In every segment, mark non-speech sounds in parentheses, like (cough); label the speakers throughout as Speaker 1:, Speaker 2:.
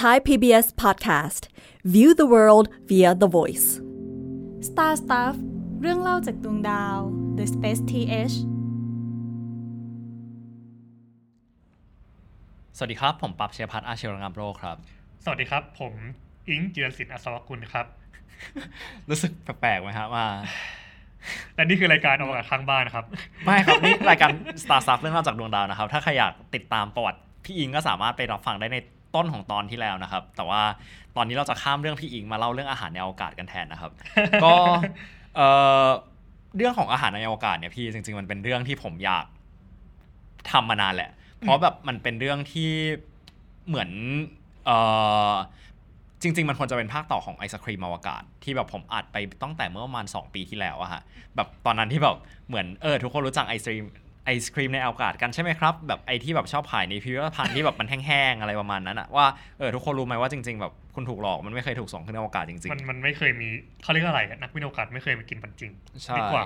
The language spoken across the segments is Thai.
Speaker 1: Thai PBS Podcast View the world via the voice
Speaker 2: Star Stuff เรื่องเล่าจากดวงดาว The Space TH
Speaker 3: สวัสดีครับ ผมปับเชยพัฒน์อาเชลงามโรคครับ
Speaker 4: สวัสดีครับ ผมอิงจิรศิลป์อัศวกุลครับ
Speaker 3: รู้สึกแปลกๆไหมครับว่า
Speaker 4: และนี่คือรายการออกอากาศข้างบ้านครับ
Speaker 3: ไม่ครับ นี่ (laughs) รายการ Star s t u f f เรื่องเล่าจากดวงดาวนะครับ ถ้าใครอยากติดตามประวัติพี่อิงก็สามารถไปรับฟังได้ในต้นของตอนที่แล้วนะครับ แต่ว่าตอนนี้เราจะข้ามเรื่องพี่อิงมาเล่าเรื่องอาหารในอวกาศกันแทนนะครับ (laughs) ก็เอ่อเรื่องของอาหารในอวกาศเนี่ยพี่จริง ๆ มันเป็นเรื่องที่ผมอยากทำมานานแหละ เพราะแบบมันเป็นเรื่องที่เหมือนเอ่อจริง ๆ มันควรจะเป็นภาคต่อของไอศครีมอวกาศ ที่แบบผมอัดไปตั้งแต่เมื่อประมาณ 2 ปีที่แล้วอะฮะ แบบตอนนั้นที่แบบเหมือนเออทุกคนรู้จักไอศครีมไอศครีมในอวกาศกันใช่ไหมครับ แบบไอที่แบบชอบขายในพิพิธภัณฑ์ที่แบบมันแห้งๆอะไรประมาณนั้นอะว่าเออทุกคนรู้ไหมว่าจริง ๆ แบบคุณถูกหลอกมันไม่เคยถูกส่งขึ้นอวกาศจริง
Speaker 4: มันมันไม่เคยมีเขาเรียกอะไรอะนักวินอวกาศไม่เคยมากินมันจริง
Speaker 3: ๆใช่
Speaker 4: ดีกว่า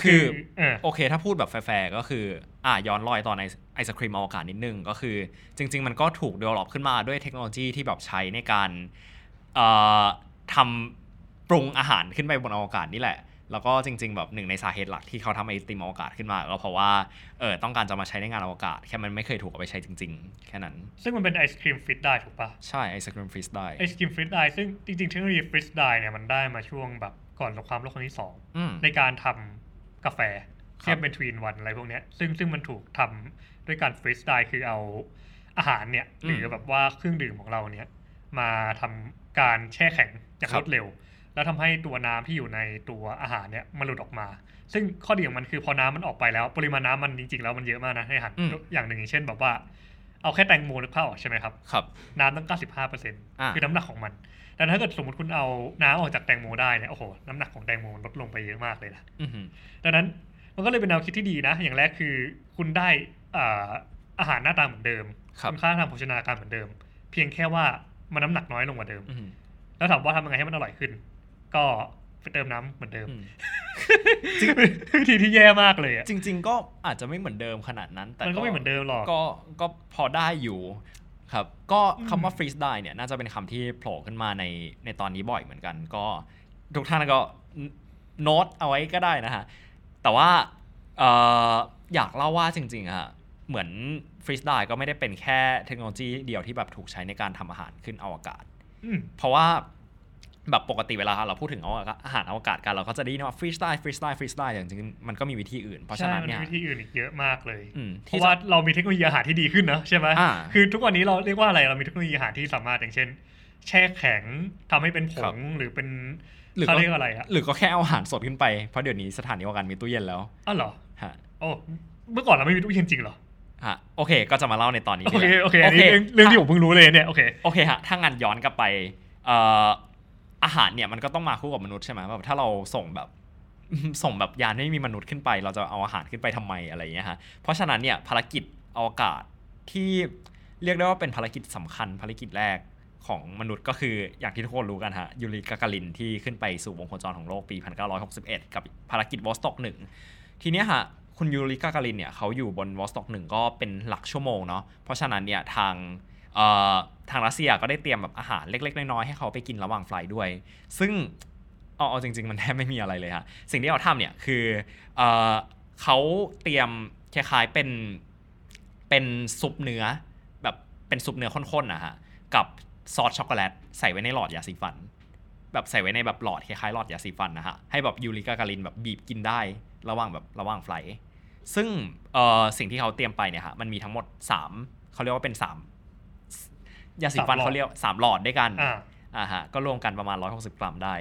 Speaker 3: คือ
Speaker 4: เออ
Speaker 3: โอเค ถ้าพูดแบบแฟร์ๆก็คืออ่ะย้อนรอยตอนไอไอศครีมอวกาศนิดนึง ก็คือ จริง ๆ มันก็ถูกเดเวลลอปขึ้นมาด้วยเทคโนโลยีที่แบบใช้ในการเอ่อทำปรุงอาหารขึ้นไปบนอวกาศนี่แหละ แล้วก็จริง ๆ แบบหนึ่งในสาเหตุหลักที่เขาทำไอติมอวกาศขึ้นมา ก็เพราะว่าเออต้องการจะมาใช้ในงานอวกาศ แค่มันไม่เคยถูกเอาไปใช้จริง ๆ แค่นั้น
Speaker 4: ซึ่งมันเป็นไอศครีมฟรีสได้ถูกปะ
Speaker 3: ใช่ไอศครีมฟรีสได้
Speaker 4: ไอศครีมฟรีสได้ซึ่งจริงๆเทคโนโลยีฟรีสได้เนี่ยมันได้มาช่วงแบบก่อนสงครามโลกครั้งที่สอง
Speaker 3: อืม
Speaker 4: ในการทำกาแฟ
Speaker 3: ครับ
Speaker 4: เทียบเป็นทวีนวันอะไรพวกเนี้ยซึ่งซึ่งมันถูกทำด้วยการฟรีสได้คือเอาอาหารเนี่ยหรือแบบว่าเครื่องดื่มของเราเนี่ย มาทำการแช่แข็งอย่าง
Speaker 3: ครั
Speaker 4: ร
Speaker 3: บ
Speaker 4: วดเร็ว แล้วทำให้ตัวน้ำที่อยู่ในตัวอาหารเนี่ยมันหลุดออกมา ซึ่งข้อดีของมันคือพอน้ำมันออกไปแล้ว ปริมาณน้ำมันจริงๆแล้วมันเยอะมากนะในอาหาร
Speaker 3: อืม
Speaker 4: ยกอย่างหนึ่งอย่างเช่นแบบว่า เอาแค่แตงโมนึกภาพออกใช่ไหมครับ
Speaker 3: ครับ
Speaker 4: น้ำตั้ง 95%
Speaker 3: อ่า
Speaker 4: คือน้ำหนักของมันแต่ถ้าเกิดสมมติคุณเอาน้ำออกจากแตงโมได้เนี่ยโอ้โหน้ำหนักของแตงโมลดลงไปเยอะมากเลยนะ
Speaker 3: อือหือ
Speaker 4: ดังนั้นมันก็เลยเป็นแนวคิดที่ดีนะ อย่างแรกคือคุณได้อ่าอาหารหน้าตาเหมือนเดิม
Speaker 3: ครับ
Speaker 4: ณค่าทางโภชนาการเหมือนเดิม เพียงแค่ว่ามันน้ำหนักน้อยลงกว่าเดิม
Speaker 3: อือหือ
Speaker 4: แล้วถามว่าทำยังไงให้มันอร่อยขึ้น ก็ไปเติมน้ำเหมือนเดิม
Speaker 3: อืม
Speaker 4: จริงเป็น (laughs) วิธีที่แย่มากเลยอะ
Speaker 3: จริง ๆ ก็อาจจะไม่เหมือนเดิมขนาดนั้น แต่
Speaker 4: มันก็ไม่เหมือนเดิมหรอก
Speaker 3: ก็ก็พอได้อยู่ครับ ก็
Speaker 4: อืม
Speaker 3: คำว่า freeze die เนี่ยน่าจะเป็นคำที่โผล่ขึ้นมาในในตอนนี้บ่อยเหมือนกัน ก็ทุกท่านก็โน้ตเอาไว้ก็ได้นะฮะ แต่ว่าเอออยากเล่าว่าจริงๆอะฮะเหมือน freeze die ก็ไม่ได้เป็นแค่เทคโนโลยีเดียวที่แบบถูกใช้ในการทำอาหารขึ้นอวกาศ
Speaker 4: อืม
Speaker 3: เพราะว่าแบบปกติเวลาเราพูดถึงเอาอาหารอวกาศกันเราก็จะได้ยินว่า freeze die freeze die freeze die แต่จริงๆมันก็มีวิธีอื่น เพราะฉะ
Speaker 4: ใช่
Speaker 3: นั้น
Speaker 4: มัน
Speaker 3: เนี่
Speaker 4: มี
Speaker 3: ย
Speaker 4: วิธีอื่นอีกเยอะมากเลย
Speaker 3: อืม
Speaker 4: เพ
Speaker 3: ที่
Speaker 4: ราะ
Speaker 3: จะ
Speaker 4: ว่าเรามีเทคโนโลยีอาหารที่ดีขึ้นนะใช่ไหม
Speaker 3: อ่า
Speaker 4: คือทุกวันนี้เราเรียกว่าอะไร เรามีเทคโนโลยีอาหารที่สามารถอย่างเช่น แช่แข็งทำให้เป็นผ
Speaker 3: ครับ
Speaker 4: งหรือเป็น
Speaker 3: หรือ
Speaker 4: เขา
Speaker 3: ก็
Speaker 4: เรียกอะไรอะ
Speaker 3: หรือก็แค่เอาอาหารสดขึ้นไป เพราะเดี๋ยวนี้สถานีอวกาศมีตู้เย็นแล้ว
Speaker 4: อ้าวเหรอ
Speaker 3: ฮะ
Speaker 4: โอ้ เมื่อก่อนเราไม่มีตู้เย็นจริงเหรอ
Speaker 3: ฮะโอเค ก็จะมาเล่าในตอนนี้
Speaker 4: โอ
Speaker 3: ดีก
Speaker 4: เค
Speaker 3: ว่า
Speaker 4: โอเค อันนี้เรื่องเรื่องที่ผมเพิ่งรู้เลยเนี่ย โอเค
Speaker 3: โอเคฮะถ้างั้นย้อนกลับไปเอ่ออาหารเนี่ยมันก็ต้องมาคู่กับมนุษย์ใช่ไหมแบบถ้าเราส่งแบบ (laughs) ส่งแบบยานไม่มีมนุษย์ขึ้นไป เราจะเอาอาหารขึ้นไปทำไมอะไรอย่างเงี้ยฮะเพราะฉะนั้นเนี่ยภารกิจอวกาศที่เรียกได้ว่าเป็นภารกิจสำคัญภารกิจแรกของมนุษย์ก็คืออย่างที่ทุกคนรู้กันฮะยูริกากาลินที่ขึ้นไปสู่วงโคจรของโลกปี 1961 กับภารกิจวอสตอกหนึ่ง ทีเนี้ยฮะคุณยูริกากาลินเนี่ยเขาอยู่บนวอสต็อกหนึ่งก็เป็นหลักชั่วโมงเนาะเพราะฉะนั้นเนี่ยทางเอ่อทางรัสเซียก็ได้เตรียมแบบอาหารเล็ก ๆ น้อยๆให้เขาไปกินระหว่างไฟล์ด้วย ซึ่งเอาเอาจริง ๆ มันแทบไม่มีอะไรเลยฮะสิ่งที่เขาทำเนี่ยคือเอ่อเขาเตรียมคล้ายๆเป็นเป็นซุปเนื้อ แบบเป็นซุปเนื้อข้นๆนะฮะกับซอสช็อกโกแลตใส่ไว้ในหลอดยาสีฟัน แบบใส่ไว้ในแบบหลอดคล้ายๆหลอดยาสีฟันนะฮะให้แบบยูริกากาลินแบบบีบกินได้ระหว่างแบบระหว่างไฟลท์ซึ่งเอ่อสิ่งที่เขาเตรียมไปเนี่ยฮะมันมีทั้งหมด 3เขาเรียกว่าเป็น 3 ยาสีฟัน
Speaker 4: สามหลอด
Speaker 3: เขาเรียกสามหลอดด้วยกัน
Speaker 4: อ่า
Speaker 3: อ่าฮะก็รวมกันประมาณ 160 กรัมได้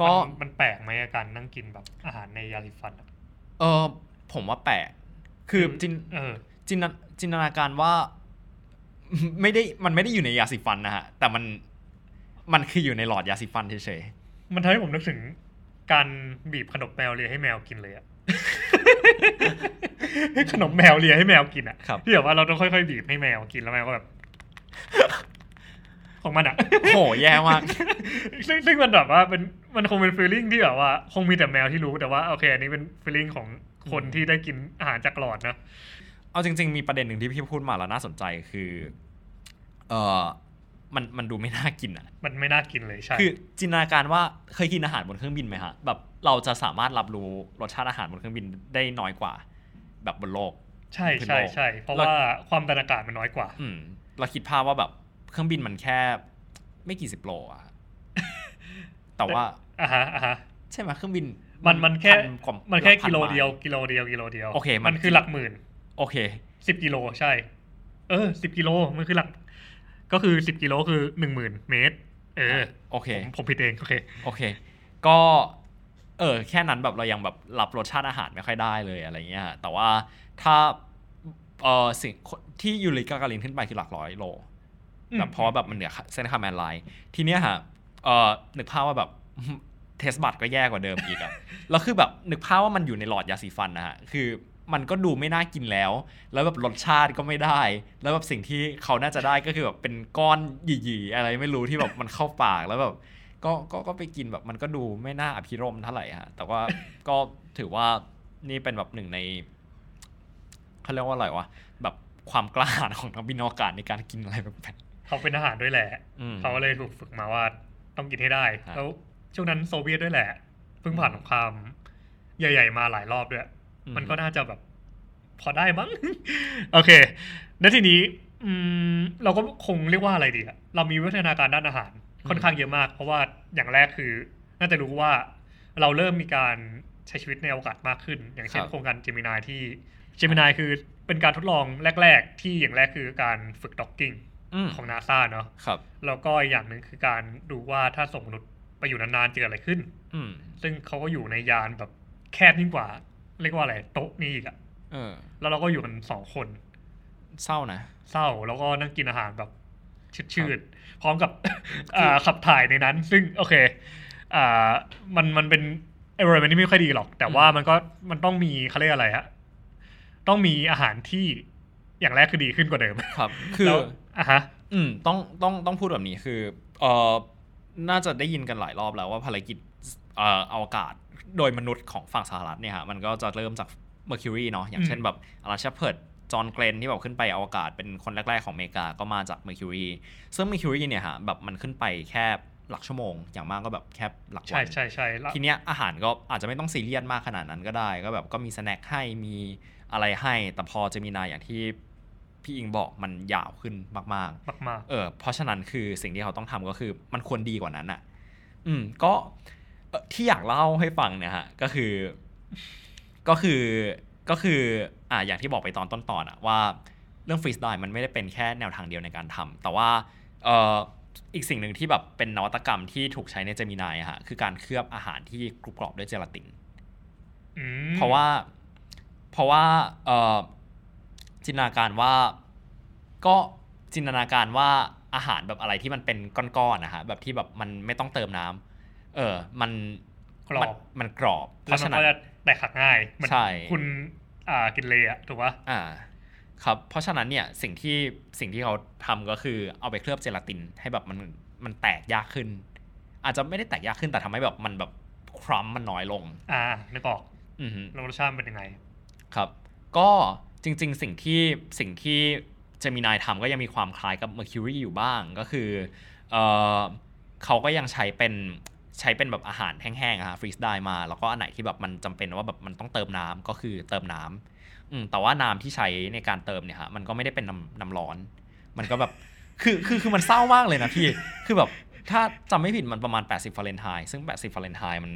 Speaker 3: ก็
Speaker 4: มันมันแปลกไหมอาการนั่งกินแบบอาหารในยาลิฟันอะ
Speaker 3: เออผมว่าแปลกคือจิน
Speaker 4: เออ
Speaker 3: จินตนาจินตนาการว่า (laughs) ไม่ได้มันไม่ได้อยู่ในยาสีฟันนะฮะ แต่มันมันคืออยู่ในหลอดยาสีฟันเฉย
Speaker 4: มันทำให้ผมนึกถึงการบีบขนมแมวเลียให้แมวกินเลยอะ (laughs) ขนมแมวเลียให้แมวกินอะ
Speaker 3: ๆครับ
Speaker 4: ที่แบบว่าเราต้องค่อยๆบีบให้แมวกินแล้วแมวก็แบบ ของมันอะ (laughs)
Speaker 3: (laughs) โหแย่มาก
Speaker 4: ซึ่งซึ่งมันแบบว่าเป็นมันคงเป็นฟีลลิ่งที่แบบว่า คงมีแต่แมวที่รู้แต่ว่าโอเคอันนี้เป็นฟีลลิ่งของคน
Speaker 3: อืม
Speaker 4: ที่ได้กินอาหารจากหลอดนะ
Speaker 3: เอาจริง ๆ มีประเด็นหนึ่งที่พี่พูดมาแล้วน่าสนใจคือ เอ่อ มันมันดูไม่น่ากินอ่ะ
Speaker 4: มันไม่น่ากินเลยใช่
Speaker 3: คือจินตนาการว่าเคยกินอาหารบนเครื่องบินไหมฮะแบบเราจะสามารถรับรู้รสชาติอาหารบนเครื่องบินได้น้อยกว่า แบบบนโลก
Speaker 4: ใช่ใช่ใช่เพราะว่าความดันอากาศมันน้อยกว่า
Speaker 3: อืมเราคิดภาพว่าแบบเครื่องบินมันแค่ไม่กี่สิบโลอะฮะแต่ว่า
Speaker 4: อ่ะฮะอ่ะฮะ
Speaker 3: ใช่ไหมเครื่องบิน
Speaker 4: มันมันแค่
Speaker 3: พักว่า
Speaker 4: มันแค่
Speaker 3: หพั
Speaker 4: กิโลเดียว
Speaker 3: ไม
Speaker 4: กิโลเดียวกิโลเดียว
Speaker 3: โอเคมัน
Speaker 4: มันคือหลักหมื่น
Speaker 3: ่โอเค
Speaker 4: สิบกิโลใช่ เออสิบกิโลมันคือหลัก ก็คือสิบกิโลคือหนึ่งหมื่นเมตร เออ
Speaker 3: โอเค
Speaker 4: ผมผมผิดเอง โอเค
Speaker 3: โอเค ก็ เออ แค่นั้นแบบเรายังแบบรับรสชาติอาหารไม่ค่อยได้เลยอะไรเงี้ยฮะแต่ว่าถ้า เออสิ่งคนที่ยูริกากาลินขึ้นไปคือหลักร้อยโล
Speaker 4: อืม
Speaker 3: แบบเพราะว่าแบบมันเหนือเส้นคาแมนไลน์ทีเนี้ยฮะ เออนึกภาพว่าแบบ (laughs) เทสบัตก็แย่กว่าเดิมอีกอะ (laughs) แล้วคือแบบนึกภาพว่ามันอยู่ในหลอดยาสีฟันนะฮะ คือมันก็ดูไม่น่ากินแล้ว แล้วแบบรสชาติก็ไม่ได้ แล้วแบบสิ่งที่เขาน่าจะได้ก็คือแบบเป็นก้อนหยี่ๆอะไรไม่รู้ที่แบบมันเข้าปากแล้วแบบ ก็ก็ก็ไปกินแบบมันก็ดูไม่น่าอภิรมย์เท่าไหร่ฮะ แต่ (laughs) ว่า ก็ถือว่านี่เป็นแบบหนึ่งในเขาเรียกว่าอะไรวะแบบความกล้าหาญของนักบินอวกาศในการกินอะไรแบบนั้น
Speaker 4: เขาเป็นทหารด้วยแหละ
Speaker 3: อืม
Speaker 4: เขาเลยถูกฝึกมาว่าต้องกินให้ได้
Speaker 3: ครับ
Speaker 4: แล้วช่วงนั้นโซเวียตด้วยแหละ เพิ่งผ่านสงครามใหญ่ ๆ มาหลายรอบด้วย มันก็น่าจะแบบ พอได้มั้ง (laughs) โอเค แล้วทีนี้ อืม เราก็คงเรียกว่าอะไรดีอะเรามีวิทยาการด้านอาหาร ค่อนข้างเยอะมาก เพราะว่าอย่างแรกคือ น่าจะรู้ว่าเราเริ่มมีการใช้ชีวิตในอวกาศมากขึ้น อย่างเช่น
Speaker 3: ครับ
Speaker 4: โครงการเจมินายที่เจมินายคือเป็นการทดลองแรก ๆ ที่อย่างแรกคือการฝึกด็อกกิ้ง
Speaker 3: อืม
Speaker 4: ของนาซาเนาะ
Speaker 3: ครับ
Speaker 4: แล้วก็อีกอย่างหนึ่งคือการดูว่าถ้าส่งมนุษย์ไปอยู่นานๆเจออะไรขึ้น
Speaker 3: อืม
Speaker 4: ซึ่งเขาก็อยู่ในยานแบบแคบยิ่งกว่า เรียกว่าอะไรโต๊ะนี้อีกอะ
Speaker 3: เออ
Speaker 4: แล้วเราก็อยู่กันสองคน
Speaker 3: เศร้านะ
Speaker 4: เศร้าแล้วก็นั่งกินอาหารแบบชืดๆ พร้อมกับ (laughs) อ่าขับถ่ายในนั้น ซึ่งโอเคอ่ามันมันเป็นเอเวอร์มันที่ไม่ค่อยดีหรอก แต่ว่ามันก็มันต้องมีเขาเรียกอะไรฮะต้องมีอาหารที่อย่างแรกคือดีขึ้นกว่าเดิม
Speaker 3: ครับ คือ
Speaker 4: แล้วอ่ะฮะ
Speaker 3: อืมต้องต้องต้องพูดแบบนี้คือเออน่าจะได้ยินกันหลายรอบแล้วว่าภารกิจเอ่ออวกาศโดยมนุษย์ของฝั่งสหรัฐเนี่ยฮะมันก็จะเริ่มจาก Mercury เนาะอย่างเช่น
Speaker 4: อืม
Speaker 3: แบบอลันเชเพิร์ดจอห์นเกรนที่แบบขึ้นไปอวกาศเป็นคนแรก ๆ ของอเมริกาก็มาจาก Mercury ซึ่ง Mercury เนี่ยฮะแบบมันขึ้นไปแค่หลักชั่วโมง อย่างมากก็แบบแค่หลักวั
Speaker 4: ใช่
Speaker 3: น
Speaker 4: ใช่ใช่แล้ว
Speaker 3: ทีเนี้ยอาหารก็อาจจะไม่ต้องซีเรียสมากขนาดนั้นก็ได้ ก็แบบก็มีสแน็คให้มีอะไรให้ แต่พอจะมีนายอย่างที่พี่อิงบอกมันยาวขึ้นมาก ๆ
Speaker 4: มาก
Speaker 3: เออเพราะฉะนั้นคือสิ่งที่เขาต้องทำก็คือมันควรดีกว่านั้นอ่ะ อืมก็เอ่อที่อยากเล่าให้ฟังเนี่ยฮะก็คือ ก็คือก็คืออ่าอย่างที่บอกไปตอนต้นตอนอะว่าเรื่องฟรีสไตล์มันไม่ได้เป็นแค่แนวทางเดียวในการทำแต่ว่าเอ่ออีกสิ่งหนึ่งที่แบบเป็นนวัตกรรมที่ถูกใช้ในเจมินายอะฮะคือการเคลือบอาหารที่กรุบกรอบด้วยเจลาติน
Speaker 4: ๆอืม
Speaker 3: เพราะว่าเพราะว่าเอ่อจินตนาการว่าก็จินตนาการว่าอาหารแบบอะไรที่มันเป็นก้อนๆนะฮะแบบที่แบบมันไม่ต้องเติมน้ำเออมัน
Speaker 4: กรอบ
Speaker 3: มันมันกรอบ เพ
Speaker 4: แล้ว
Speaker 3: ราะ
Speaker 4: มั
Speaker 3: ฉะ
Speaker 4: น
Speaker 3: นั้น
Speaker 4: ก็จะแตกหักง่ายเหมือน
Speaker 3: ใช่
Speaker 4: คุณอ่ากินเลอะถูกปะ
Speaker 3: อ่าครับเพราะฉะนั้นเนี่ยสิ่งที่สิ่งที่เขาทำก็คือเอาไปเคลือบเจลาตินให้แบบมันมันแตกยากขึ้น อาจจะไม่ได้แตกยากขึ้นแต่ทำให้แบบมันแบบครัมมันน้อยลง
Speaker 4: อ่านึกออก
Speaker 3: อือฮึ
Speaker 4: แล้วรสชาติมันเป็นยังไง
Speaker 3: ครับ ก็จริงๆ สิ่งที่สิ่งที่เจมินายทำก็ยังมีความคล้ายกับ Mercury อยู่บ้างก็คือเออเขาก็ยังใช้เป็นใช้เป็นแบบอาหารแห้งๆอะฮะฟรีสได้มา แล้วก็อันไหนที่แบบมันจำเป็นว่าแบบมันต้องเติมน้ำก็คือเติมน้ำอืมแต่ว่าน้ำที่ใช้ในการเติมเนี่ยฮะมันก็ไม่ได้เป็นน้ำน้ำร้อน มันก็แบบ คือคือคือมันเศร้ามากเลยนะพี่ คือแบบถ้าจำไม่ผิดมันประมาณ 80ฟาเรนไฮต์ซึ่ง 80ฟาเรนไฮต์มัน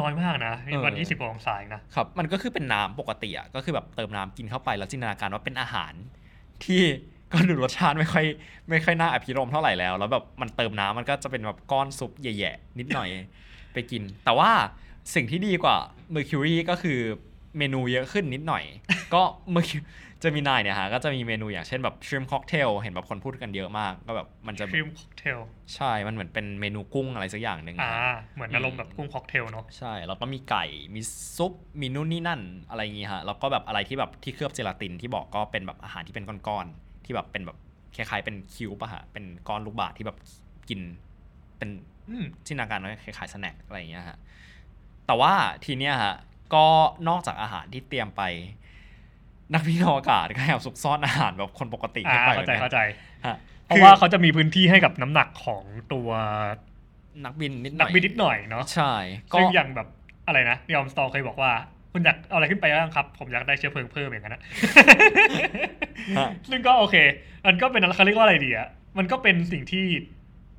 Speaker 4: น้อยมากนะนี่วัน
Speaker 3: เออ
Speaker 4: ยี่สิบองศาเองนะครับ
Speaker 3: มันก็คือเป็นน้ำปกติอ่ะก็คือแบบเติมน้ำกินเข้าไปแล้วจินตนาการว่าเป็นอาหาร ที่ (laughs) ก็ดูรสชาติไม่ค่อยไม่ค่อยน่าอภิรมย์เท่าไหร่แล้ว แล้วแบบมันเติมน้ำมันก็จะเป็นแบบก้อนซุปแย่ๆนิดหน่อย (laughs) ไปกิน แต่ว่าสิ่งที่ดีกว่า Mercury ก็คือเมนูเยอะขึ้นนิดหน่อย (laughs) ก็เมื่อจะมีนายเนี่ยฮะก็จะมีเมนูอย่างเช่นแบบชริมค็อกเทลเห็นแบบคนพูดกันเยอะมาก ก็แบบมันจะ
Speaker 4: ครีมค็อกเทล
Speaker 3: ใช่มันเหมือนเป็นเมนูกุ้งอะไรสักอย่างหนึ่งอะ
Speaker 4: อ่า เหมือนอารมณ์แบบกุ้งค็อกเทลเนาะ
Speaker 3: ใช่ แล้วก็มีไก่ มีซุป มีนู่นนี่นั่นอะไรอย่างงี้ฮะ แล้วก็แบบอะไรที่แบบที่เคลือบเจลาตินที่บอกก็เป็นแบบอาหารที่เป็นก้อนๆ ที่แบบเป็นแบบคล้ายๆเป็นคิวปะฮะ เป็นก้อนลูกบาศก์ที่แบบกิน เป็น
Speaker 4: อืม
Speaker 3: จินตนาการว่าคล้ายๆสแน็คอะไรอย่างเงี้ยฮะ แต่ว่าทีเนี้ยฮะ ก็นอกจากอาหารที่เตรียมไป นักวิทยาอวกาศก็แอบซุกซ่อนอาหารแบบคนปกติ
Speaker 4: อ่า
Speaker 3: ขึ้นไป
Speaker 4: เข้าใจ
Speaker 3: นะ
Speaker 4: เข้าใจ
Speaker 3: ฮะ
Speaker 4: เพราะว่าเขาจะมีพื้นที่ให้กับน้ำหนักของตัว
Speaker 3: นักบินนิดห
Speaker 4: นั
Speaker 3: น่อ
Speaker 4: ก
Speaker 3: ย
Speaker 4: บินนิดหน่อยเนาะ
Speaker 3: ใช่ก็
Speaker 4: ซึ่งอย่างแบบอะไรนะยอมสตอเคยบอกว่า คุณอยากเอาอะไรขึ้นไปบ้างครับ ผมอยากได้เชื้อเพลิงเพิ่มอย่างนั้นนะ
Speaker 3: ฮะ
Speaker 4: ซึ่งก็โอเค มันก็เป็นเขาเรียกว่าอะไรดีอะมันก็เป็นสิ่งที่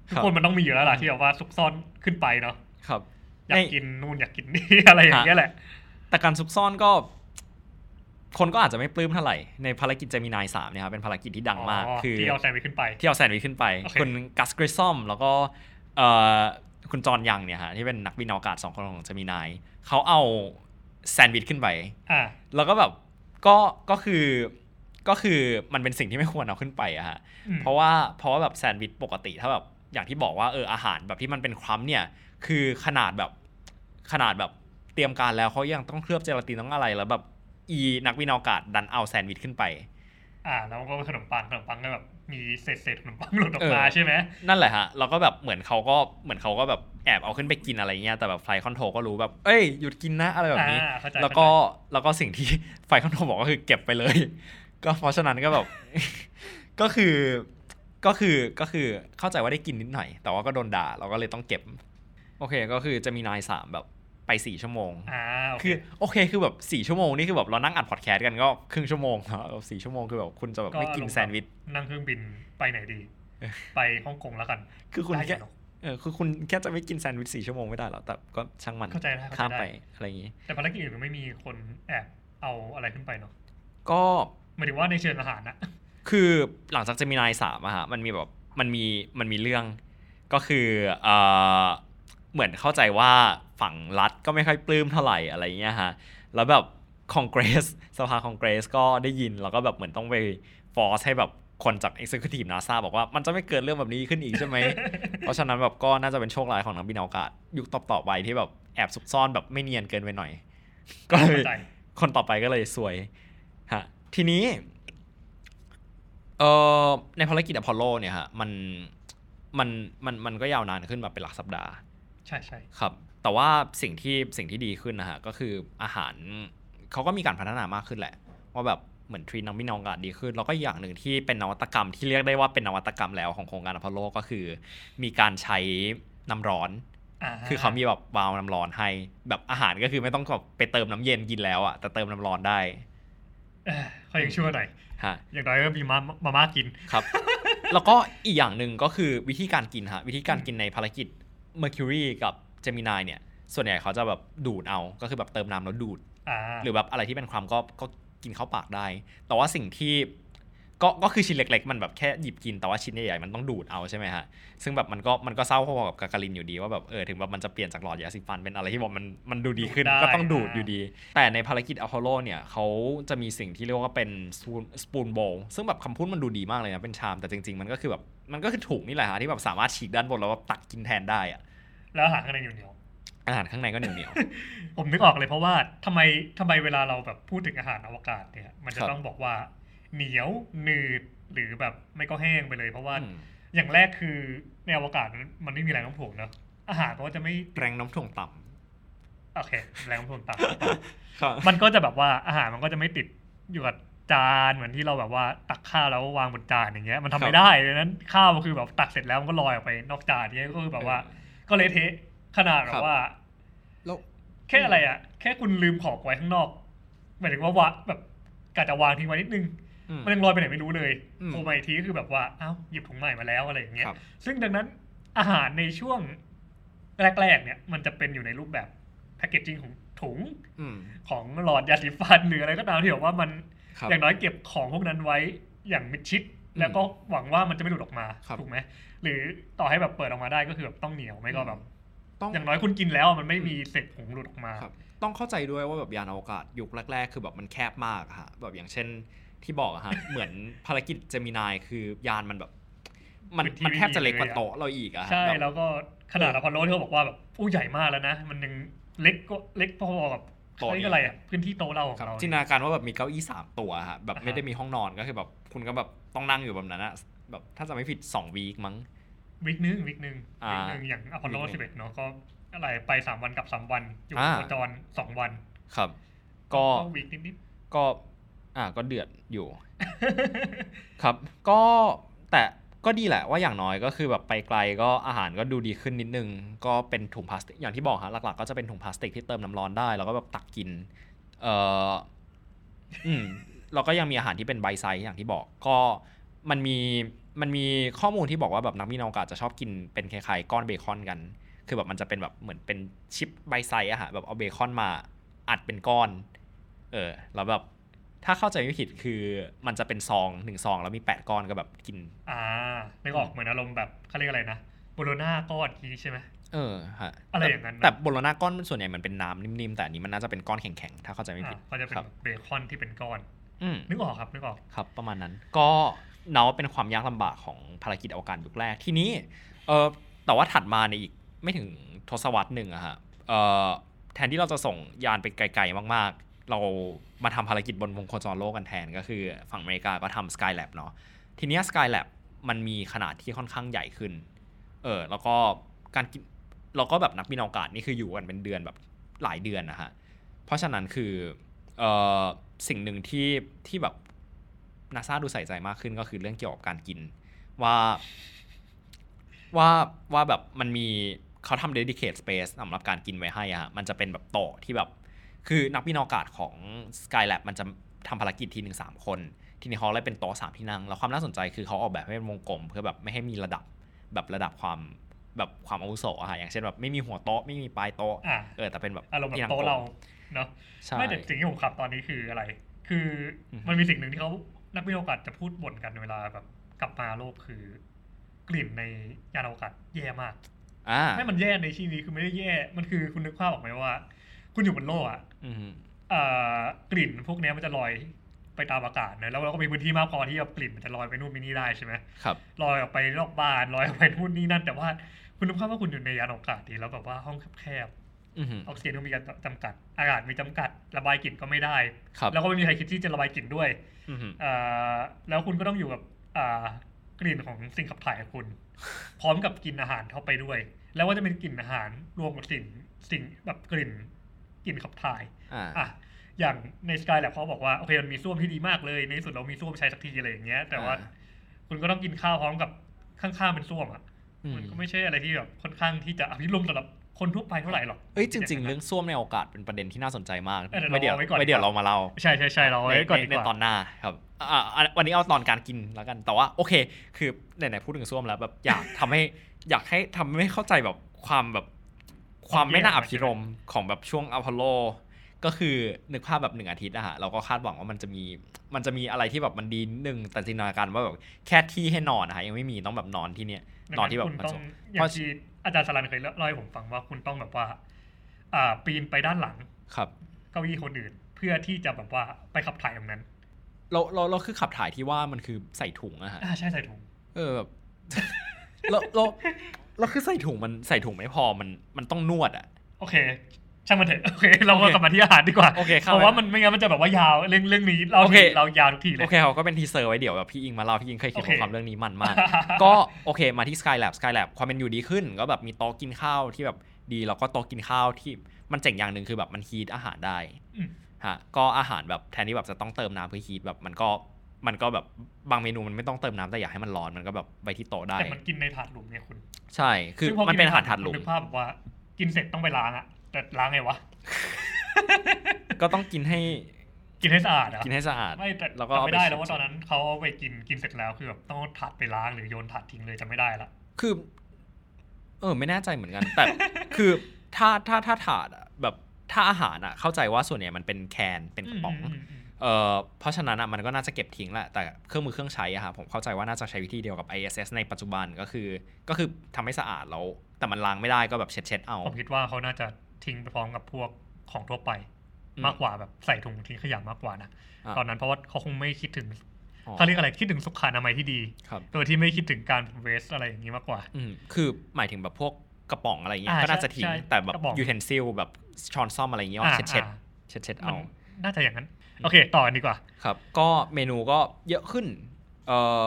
Speaker 4: ทุ
Speaker 3: ค
Speaker 4: ก
Speaker 3: รับ
Speaker 4: คนมันต้องมีอยู่แล้วล่ะที่แบบว่าซุกซ่อนขึ้นไปเนาะ
Speaker 3: ครับ
Speaker 4: อยาก
Speaker 3: ใน
Speaker 4: กินนู่นอยากกินนี่ (laughs) อะไรอย่างเงี้ยแหละ
Speaker 3: แต่การซุกซ่อนก็ คนก็อาจจะไม่ปลื้มเท่าไหร่ ในภารกิจเจมินายสามเนี่ยครับเป็นภารกิจที่ดังมากคือ
Speaker 4: ที่เอาแซนด์วิชขึ้นไป
Speaker 3: ที่เอาแซนด์วิชขึ้นไป
Speaker 4: โอเค
Speaker 3: คุณกัสกริซอม แล้วก็เอ่อคุณจอห์นยังเนี่ยฮะที่เป็นนักบินอวกาศสองคนของเจมินายเขาเอาแซนด์วิชขึ้นไป
Speaker 4: อ่า
Speaker 3: แล้วก็แบบก็ก็คือก็คือมันเป็นสิ่งที่ไม่ควรเอาขึ้นไปอะฮะ เพราะว่าเพราะว่าแบบแซนด์วิชปกติถ้าแบบอย่างที่บอกว่าเอออาหารแบบที่มันเป็นครัมป์เนี่ย คือขนาดแบบขนาดแบบเตรียมการแล้วเขายังต้องเคลือบเจลาตินต้องอะไรแล้วแบบอีนักวินอวกาศดันเอาแซนด์วิชขึ้นไป
Speaker 4: อ่า แล้วก็ขนมปังขนมปังก็แบบมีเศษเศษๆขนมปังหลุดออ
Speaker 3: เอก อ
Speaker 4: มาใช่ไหม
Speaker 3: นั่นแหละฮะเราก็แบบเหมือนเขาก็เหมือนเขาก็แบบแอบเอาขึ้นไปกินอะไรเงี้ยแต่แบบไฟคอนโทรก็รู้แบบเอ้ยหยุดกินนะอะไรแบบนี้
Speaker 4: อ่าเข้าใจ
Speaker 3: แล้วก็แล้วก็สิ่งที่ (laughs) ไฟคอนโทรบอกก็คือเก็บไปเลย (laughs) ก็เพราะฉะนั้นก็แบบ (laughs) ก็คือก็คือก็คือเข้าใจว่าได้กินนิดหน่อย แต่ว่าก็โดนด่าเราก็เลยต้องเก็บ โอเคก็คือจะมีนายสามแบบไปสี่ชั่วโมง
Speaker 4: อ่าโอเค
Speaker 3: คือโอเคคือแบบสี่ชั่วโมงนี่คือแบบเรานั่งอัดพอดแคสต์กันก็ครึ่งชั่วโมงครับสี่ชั่วโมงคือแบบคุณจะแบบไม่กินแซนด์วิช
Speaker 4: นั่งเครื่องบินไปไหนดี
Speaker 3: เออ
Speaker 4: ไปฮ่องกงแล้วกัน
Speaker 3: คือคุณ
Speaker 4: ได้
Speaker 3: แค่
Speaker 4: เนอะ
Speaker 3: เออคือคุณแค่จะไม่กินแซนด์วิชสี่ชั่วโมงไม่ได้หรอกแต่ก็ช่างมัน
Speaker 4: เข้าใจได้เข้าใจได้
Speaker 3: ข้ามไปอะไรอย่างงี้
Speaker 4: แต่ภารกิจอื่นไม่มีคนแอบเอาอะไรขึ้นไปเนาะ
Speaker 3: ก็
Speaker 4: หมายถึงว่าในเชิงอาหารนะ
Speaker 3: คือหลังจากเจมินายสามอะฮะมันมีแบบมันมีมันมีเรื่องก็คือเออเหมือนเข้าใจว่าฝั่งรัฐก็ไม่ค่อยปลื้มเท่าไหร่อะไรเงี้ยฮะแล้วแบบคองเกรส (laughs) สภาคองเกรสก็ได้ยินแล้วก็แบบเหมือนต้องไปฟอร์สให้แบบคนจาก Executive NASA บอกว่ามันจะไม่เกิดเรื่องแบบนี้ขึ้นอีกใช่ไหม (laughs) เพราะฉะนั้นแบบก็น่าจะเป็นโชคร้ายของนักบินอวกาศ ยุคต่อๆไปที่แบบแอบซุกซ่อนแบบไม่เนียนเกินไปหน่อย (laughs) ก็เล
Speaker 4: เข้าย ใจ
Speaker 3: คนต่อไปก็เลยสวยฮะทีนี้เออในภารกิจอพอลโลเนี่ยฮะมันมันมันมันก็ยาวนานขึ้นแบบเป็นหลักสัปดาห์
Speaker 4: ใช่ใช่
Speaker 3: ครับ แต่ว่าสิ่งที่สิ่งที่ดีขึ้นนะฮะก็คืออาหารเขาก็มีการพัฒนามากขึ้นแหละ ว่าแบบเหมือนทรีนน้ำมินองกาดีขึ้น แล้วก็อีกอย่างหนึ่งที่เป็นนวัตกรรมที่เรียกได้ว่าเป็นนวัตกรรมแล้วของโครงการอพอลโลก็คือ มีการใช้น้ำร้อน
Speaker 4: า
Speaker 3: คือเขามีแบบวาล์วน้ำร้อนให้ แบบอาหารก็คือไม่ต้องแบบไปเติมน้ำเย็นกินแล้วอะแต่เติมน้ำร้อนได้
Speaker 4: เอ่อเขายังชั่วหน่อย
Speaker 3: ฮะ
Speaker 4: อย่างน้อยก็มีมามาม่ากิน
Speaker 3: ครับ (laughs) แล้วก็อีกอย่างหนึ่งก็คือวิธีการกินฮะวิธีการกินในภารกิจ Mercury กับ Gemini เนี่ย ส่วนใหญ่เขาจะแบบดูดเอาก็คือแบบเติมน้ำแล้วดูด
Speaker 4: อ่า
Speaker 3: หรือแบบอะไรที่เป็นความก็ก็กินเข้าปากได้ แต่ว่าสิ่งที่ก็ก็คือชิ้นเล็กๆ มันแบบแค่หยิบกินแต่ว่าชิ้นใหญ่ๆมันต้องดูดเอาใช่ไหมฮะ ซึ่งแบบมันก็มันก็เศร้าพอๆกับกากาลินอยู่ดีว่าแบบเออถึงแบบมันจะเปลี่ยนจากหลอดยาสีฟันเป็นอะไรที่บอกมันมันดูดีขึ้นก็ต้องดูดอยู่ดี แต่ในภารกิจอพอลโลเนี่ยเขาจะมีสิ่งที่เรียกว่าเป็นสปูนโบลซึ่งแบบคำพูดมันดูดีมากเลยนะเป็นชามแต่จริงๆ มันก็คือแบบมันก็คือถุงนี่แหละฮะที่แบบสามารถฉีกด้านบนแล้วแบบตักกินแทนได้อะ
Speaker 4: แล้วอาหารข้างในอยู่เหนียว
Speaker 3: อาหารข้างในก็เหนียวเหนียว
Speaker 4: ผมนึกออกเลยเพราะว่าทำไมทำไมเวลาเราแบบพูดถึงอาหารอวกาศเนี่ย มันจะ
Speaker 3: ครับ
Speaker 4: ต้องบอกว่า เหนียวหนืดหรือแบบไม่ก็แห้งไปเลยเพราะว่า
Speaker 3: อืม
Speaker 4: อย่างแรกคือในอวกาศมันมันไม่มีแรงโน้มถ่วงเนอะอาหารมันก็จะไม่
Speaker 3: แรงโน้ำถ่วงต่
Speaker 4: โอเคแรงโน้มถ่วงต่
Speaker 3: ำครับ
Speaker 4: ำมันก็จะแบบว่าอาหารมันก็จะไม่ติดอยู่กับจานเหมือนที่เราแบบว่าตักข้าวแล้ววางบนจานอย่างเงี้ยมันทำ
Speaker 3: ครั
Speaker 4: ไม่
Speaker 3: บ
Speaker 4: ได้ดังนั้นข้าวคือแบบตักเสร็จแล้วมันก็ลอยออกไปนอกจานเนี้ยก็คือแบบว่า ก็เละเทะขนาดแบ
Speaker 3: ครับบ
Speaker 4: ว่า
Speaker 3: แล้ว
Speaker 4: แค่อะไรอ่ะ แค่คุณลืมของไว้ข้างนอกหมายถึงว่าวะแบบกะจะวางทิ้งไว้นิดนึง
Speaker 3: อืม
Speaker 4: มันยังลอยไปไหนไม่รู้เลย
Speaker 3: อืม
Speaker 4: โอมาอีกทีก็คือแบบว่าอ้าวหยิบถุงใหม่มาแล้วอะไรอย่างเงี้ย
Speaker 3: ครับ
Speaker 4: ซึ่งดังนั้นอาหารในช่วงแรกๆเนี่ย มันจะเป็นอยู่ในรูปแบบแพคเกจจิ้งของถุง
Speaker 3: อืม
Speaker 4: ของหลอดยาสีฟันหรืออะไรก็ตามที่แบบว่ามัน
Speaker 3: ครับ
Speaker 4: อย่างน้อยเก็บของพวกนั้นไว้อย่างมิดชิด
Speaker 3: อืม
Speaker 4: แล้วก็หวังว่ามันจะไม่หลุดออกมา
Speaker 3: ครับ
Speaker 4: ถูกไหมหรือต่อให้แบบเปิดออกมาได้ก็คือแบบต้องเหนียวไม่ก็แบบ
Speaker 3: ต้อง
Speaker 4: อย่างน้อยคุณกินแล้วมันไม่มีเศษผงหลุดออกมา
Speaker 3: ครับต้องเข้าใจด้วยว่าแบบยานอวกาศยุคแรก ๆ คือแบบมันแคบมากอะฮะแบบอย่างเช่นที่บอก
Speaker 4: (laughs)
Speaker 3: อะฮะ เหมือนภารกิจเจมินายคือยานมันแบบ มัน
Speaker 4: พื้นที่
Speaker 3: มันแทบจะเล็กกว่า
Speaker 4: ไม่มีเลยอะ
Speaker 3: โต๊ะเราอีกอะฮะ
Speaker 4: ใช่
Speaker 3: แบบ
Speaker 4: แล้วก็ขนาด
Speaker 3: เออ
Speaker 4: อพอลโลที่เขาบอกว่าแบบผู้ใหญ่มากแล้วนะ มันยังเล็กก็เล็กพอๆกับ
Speaker 3: ต่อ
Speaker 4: เขา
Speaker 3: เนี่ย
Speaker 4: เรียกอะไรอ่ะพื้นที่โตะเราของ
Speaker 3: ครับ
Speaker 4: เรา
Speaker 3: จินต
Speaker 4: เนี่ย
Speaker 3: นาการว่าแบบมีเก้าอี้สามตัวอะฮะแบบ
Speaker 4: อ่าฮะ
Speaker 3: ไม่ได้มีห้องนอนก็คือแบบคุณก็แบบต้องนั่งอยู่แบบนั้นอะแบบถ้าจะไม่ผิดสองวีคมั้ง
Speaker 4: วิกนึงวิกนึง
Speaker 3: อ่า
Speaker 4: วิกนึงอย่างอพอลโล
Speaker 3: วิกนึ
Speaker 4: สิ
Speaker 3: ง
Speaker 4: บเอ็ดเนาะก็อะไรไปสามวันกลับสามวันอยู่
Speaker 3: อ่า
Speaker 4: โคจรสองวัน
Speaker 3: ครับ ก็
Speaker 4: วิกนิด
Speaker 3: ก็อ่าก็เดือดอยู่ ครับ ก็แต่ ก็ดีแหละว่าอย่างน้อยก็คือแบบไปไกลก็อาหารก็ดูดีขึ้นนิดนึง ก็เป็นถุงพลาสติกอย่างที่บอกฮะหลักๆก็จะเป็นถุงพลาสติกที่เติมน้ำร้อนได้ แล้วก็แบบตักกิน เอออืมเราก็ยังมีอาหารที่เป็นไบไซส์อย่างที่บอกก็มันมีมันมีข้อมูลที่บอกว่าแบบนักบินอวกาศจะชอบกินเป็นคล้ายๆก้อนเบคอนกัน คือแบบมันจะเป็นแบบเหมือนเป็นชิปไบไซส์อะฮะแบบเอาเบคอนมาอัดเป็นก้อน เออแล้วแบบถ้าเข้าใจไม่ผิดคือมันจะเป็นซองหนึ่งซองแล้วมีแปดก้อนก็แบบกิน
Speaker 4: (laughs) อ่านึกออกเหมือนอารมณ์แบบเขาเรียกอะไรนะโบโลนาก้อนนี้ใช่ไหม
Speaker 3: เออฮะ
Speaker 4: อะไรอย่างนั้นนะ
Speaker 3: แต่โบโลนาก้อนส่วนใหญ่มันเป็นน้ำนิ่มๆ แต่อันนี้มันน่าจะเป็นก้อนแข็งๆ ถ้าเข้าใจไม่
Speaker 4: อ่า
Speaker 3: ผิด
Speaker 4: ก็จะเป็น
Speaker 3: ครับ
Speaker 4: เบคอนที่เป็นก้อน
Speaker 3: อืม
Speaker 4: นึกออกครับนึกออก
Speaker 3: ครับประมาณนั้น ก็นับว่าเป็นความยากลำบากของภารกิจอวกาศยุคแรกที่นี้เออแต่ว่าถัดมาในยอีกไม่ถึงทศวรรษหนึ่งอะฮะเออแทนที่เราจะส่งยานไปไกลๆ มากๆ เรามาทำภารกิจบนวงโคจรโลกกันแทนก็คือฝั่งอเมริกาก็ทำ Skylab เนาะ ทีเนี้ย Skylab มันมีขนาดที่ค่อนข้างใหญ่ขึ้น เออ แล้วก็การกินเราก็แบบนักบินอวกาศนี่คืออยู่กันเป็นเดือนแบบหลายเดือนนะฮะ เพราะฉะนั้นคือเออสิ่งหนึ่งที่ที่แบบนาซาดูใส่ใจมากขึ้นก็คือเรื่องเกี่ยวกับการกิน ว่า ว่าว่าแบบมันมีเขาทำ dedicate space สำหรับการกินไว้ให้อะฮะมันจะเป็นแบบโต๊ะที่แบบ คือนักบินอวกาศของ Skylab มันจะทำภารกิจทีหนึ่งสามคน ทีนี้เขาเลยเป็นโต๊ะสามที่นั่ง แล้วความน่าสนใจคือเขาออกแบบให้เป็นวงกลม เพื่อแบบไม่ให้มีระดับแบบระดับความแบบความอาวุโสอะฮะอย่างเช่นแบบไม่มีหัวโต๊ะไม่มีปลายโต๊ะ
Speaker 4: อ่า
Speaker 3: เออแต่เป็นแบบ
Speaker 4: อารมณ์แบ
Speaker 3: ที่นั่
Speaker 4: บ
Speaker 3: ง
Speaker 4: โต๊ะเราเนาะ
Speaker 3: ใช่
Speaker 4: ไม่แต่สิ่งที่ผมขับตอนนี้คืออะไร คืออ
Speaker 3: ม
Speaker 4: มันมีสิ่งหนึ่งที่เขานักวิทยาศาสตร์จะพูดบ่นกันเวลาแบบกลับมาโลกคือกลิ่นในยานอวกาศแย่มาก
Speaker 3: อ่า
Speaker 4: ไม่มันแย่ในที่นี้คือไม่ได้แย่ มันคือคุณนึกภาพออกไหมว่า คุณอยู่บนโลกอะ
Speaker 3: อืม
Speaker 4: เอ่อกลิ่นพวกเนี้ยมันจะลอยไปตามอากาศนะแล้วเราก็มีพื้นที่มากพอที่แบบกลิ่นมันจะลอยไปนู่นไปนี่ได้ใช่ไหม
Speaker 3: ครับ
Speaker 4: ลอยออกไปนอกบ้านลอยออกไปนู่นนี่นั่น แต่ว่าคุณนึกภาพว่าคุณอยู่ในยานอวกาศดีแล้วแบบว่าห้องแคบๆ
Speaker 3: อืม
Speaker 4: ออกซิเจนก็มีการจำกัด อากาศมีจำกัด ระบายกลิ่นก็ไม่ได้
Speaker 3: ครับ
Speaker 4: แล้วก็ไม่มีใครคิดที่จะระบายกลิ่นด้วย
Speaker 3: อืม
Speaker 4: เอ่อแล้วคุณก็ต้องอยู่กับอ่ากลิ่นของสิ่งขับถ่ายของคุณ พร้อมกับกลิ่นอาหารเข้าไปด้วย แล้วว่าจะเป็นกลิ่นอาหารรวมกับกลิ่นสิ่งแบบกลิ่นกลิ่นขับถ่าย
Speaker 3: อ่า
Speaker 4: อ่ะ อย่างในสกายแลบเขาบอกว่าโอเคมันมีส้วมที่ดีมากเลย ในที่สุดเรามีส้วมใช้สักทีอะไรอย่างเงี้ย แต่ว่าคุณก็ต้องกินข้าวพร้อมกับข้างๆเป็นส้วมอ่ะ
Speaker 3: อื
Speaker 4: มันก็ไม่ใช่อะไรที่แบบค่อนข้างที่จะอภิรมย์สำหรับคนทั่วไปเท่าไหร่หรอก
Speaker 3: เอ้ยจริง ๆ เรื่องส้วมในโอกาสเป็นประเด็นที่น่าสนใจมาก
Speaker 4: เออเดี๋ยว
Speaker 3: ไว้เดี๋ยว
Speaker 4: เราเอาไว้ก่อน
Speaker 3: ไว้เดี๋ยวเรามาเล่า
Speaker 4: ใช่ใช่ใช่เราเอาไว้ก่อนดีก
Speaker 3: ใน
Speaker 4: ว่า
Speaker 3: ตอนหน้าครับอ่าอ่าวันนี้เอาตอนการกินแล้วกัน แต่ว่าโอเค คือไหนๆพูดถึงส้วมแล้วแบบอยาก ทำให้อยากให้ทำให้เข้าใจแบบความแบบความไม่น่าอภิรมย์ของแบบช่วงอพอลโล ก็คือนึกภาพแบบหนึ่งอาทิตย์อะฮะเราก็คาดหวังว่ามันจะมีมันจะมีอะไรที่แบบมันดีนิดนึงแต่จินตนาการว่าแบบแค่ที่ให้นอนนะฮะยังไม่มีต้องแบบนอนที่เนี้ยนอนที่แบบ
Speaker 4: คุณ
Speaker 3: มัน
Speaker 4: ต้อง
Speaker 3: สม
Speaker 4: อ
Speaker 3: เพ
Speaker 4: ย่าง
Speaker 3: ราะ
Speaker 4: ที่อาจารย์สรันเคยเล่าให้ผมฟังว่าคุณต้องแบบว่า อ่า ปีนไปด้านหลัง
Speaker 3: ครับ
Speaker 4: เก้าอี้คนอื่น เพื่อที่จะแบบว่าไปขับถ่ายตรงนั้น
Speaker 3: เราเราเราคือขับถ่ายที่ว่ามันคือใส่ถุงอะฮะ
Speaker 4: อ่าใช่ใส่ถุง
Speaker 3: เออ (laughs) แบบ เราเราเราคือใส่ถุงมันใส่ถุงไม่พอมันมันต้องนวดอะ
Speaker 4: โอเค ช่างมันเถอะโอเค เรา
Speaker 3: โอ
Speaker 4: มา
Speaker 3: เค
Speaker 4: กลับมาที่อาหารดีกว่า
Speaker 3: โอเคเข้า
Speaker 4: เพราะว่ามันไม่งั้นมันจะแบบว่ายาวเรื่องเรื่องนี้เรา
Speaker 3: โอเค
Speaker 4: ถึงเรายาวทุกทีเล
Speaker 3: โอย เคเขาก็เป็นทีเซอร์ไว้เดี๋ยวแบบพี่อิงมาเล่าพี่อิงเคยเขียน
Speaker 4: โอบ เค
Speaker 3: ทความเรื่องนี้มัน
Speaker 4: (laughs)
Speaker 3: มาก ก็โอเคมาที่ Skylab Skylab ความเป็นอยู่ดีขึ้น ก็แบบมีโต๊ะกินข้าวที่แบบดีแล้วก็โต๊ะกินข้าวที่มันเจ๋งอย่างหนึ่งคือแบบมันฮีทอาหารได้
Speaker 4: อืม
Speaker 3: ฮะก็อาหารแบบแทนที่แบบจะต้องเติมน้ำเพื่อฮีทแบบมันก็มันก็แบบบางเมนูมันไม่ต้องเติมน้ำแต่อยากให้มันร้อนมันก็แบบไปที่โต๊ะได้
Speaker 4: แต่มันกินในถาดหลุมเนี่ยคุณ
Speaker 3: ใช่คือ
Speaker 4: ซึ่งพ
Speaker 3: มันเป็นอาหาร
Speaker 4: กิ
Speaker 3: ถาดหลุม
Speaker 4: นึกภาพแบบว่า กินเสร็จต้องไปล้างอะแต่ล้างไงวะ
Speaker 3: ก็ต้องกินให้
Speaker 4: กินให้สะอาดอะ
Speaker 3: กินให้สะอาด
Speaker 4: ไม่แต่
Speaker 3: แล้วก็
Speaker 4: จำไม่ได้
Speaker 3: เอาไป
Speaker 4: แล้วว่า
Speaker 3: เช็ด
Speaker 4: ตอนนั้นเขาเอาไปกินกินเสร็จแล้วคือแบบต้องเอาถาดไปล้างหรือโยนถาดทิ้งเลยจำไม่ได้ละ
Speaker 3: คือ เออ ไม่แน่ใจเหมือนกัน แต่ (laughs) คือถ้าถ้าถ้าถาดอะแบบถ้าอาหารอะเข้าใจว่าส่วนใหญ่มันเป็นแคนเป็นกระป๋อง
Speaker 4: มมม
Speaker 3: เออเพราะฉะนั้นอะมันก็น่าจะเก็บทิ้งแหละแต่เครื่องมือเครื่องใช้อะครับผมเข้าใจว่าน่าจะใช้วิธีเดียวกับ ISS ในปัจจุบันก็คือ ก็คือทำให้สะอาดแล้ว แต่มันล้างไม่ได้ก็แบบเช็ดเช็ดๆเอา
Speaker 4: ผมคิดว่าเขาน่าจะทิ้งไปพร้อมกับพวกของทั่วไป
Speaker 3: อืม
Speaker 4: มากกว่าแบบใส่ถุงทิ้งขยะมากกว่านะ
Speaker 3: อ่ะ
Speaker 4: ตอนนั้นเพราะว่าเขาคงไม่คิดถึง
Speaker 3: อ๋อ
Speaker 4: เขาเรียกอะไรคิดถึงสุขอนามัยที่ดี
Speaker 3: ครับ
Speaker 4: โดยที่ไม่คิดถึงการเวสอะไรอย่างนี้มากกว่า
Speaker 3: อืมคือหมายถึงแบบพวกกระป๋องอะไรเงี้ย
Speaker 4: อ่า
Speaker 3: ก็น่าจะทิ้ง
Speaker 4: ใช่ใช่
Speaker 3: แต่แบบ
Speaker 4: กระป๋อง
Speaker 3: ยูเทนซิลแบบช้อนซ่อมอะไรเงี้ย
Speaker 4: อ่า
Speaker 3: เช็ดเช็ด
Speaker 4: อ่า
Speaker 3: เช็ดเช็ดๆ
Speaker 4: มั
Speaker 3: เอา
Speaker 4: นน่าจะอย่างนั้น โอเค ต่อกันดีกว่า
Speaker 3: ครับ ก็เมนูก็เยอะขึ้น เอ่อ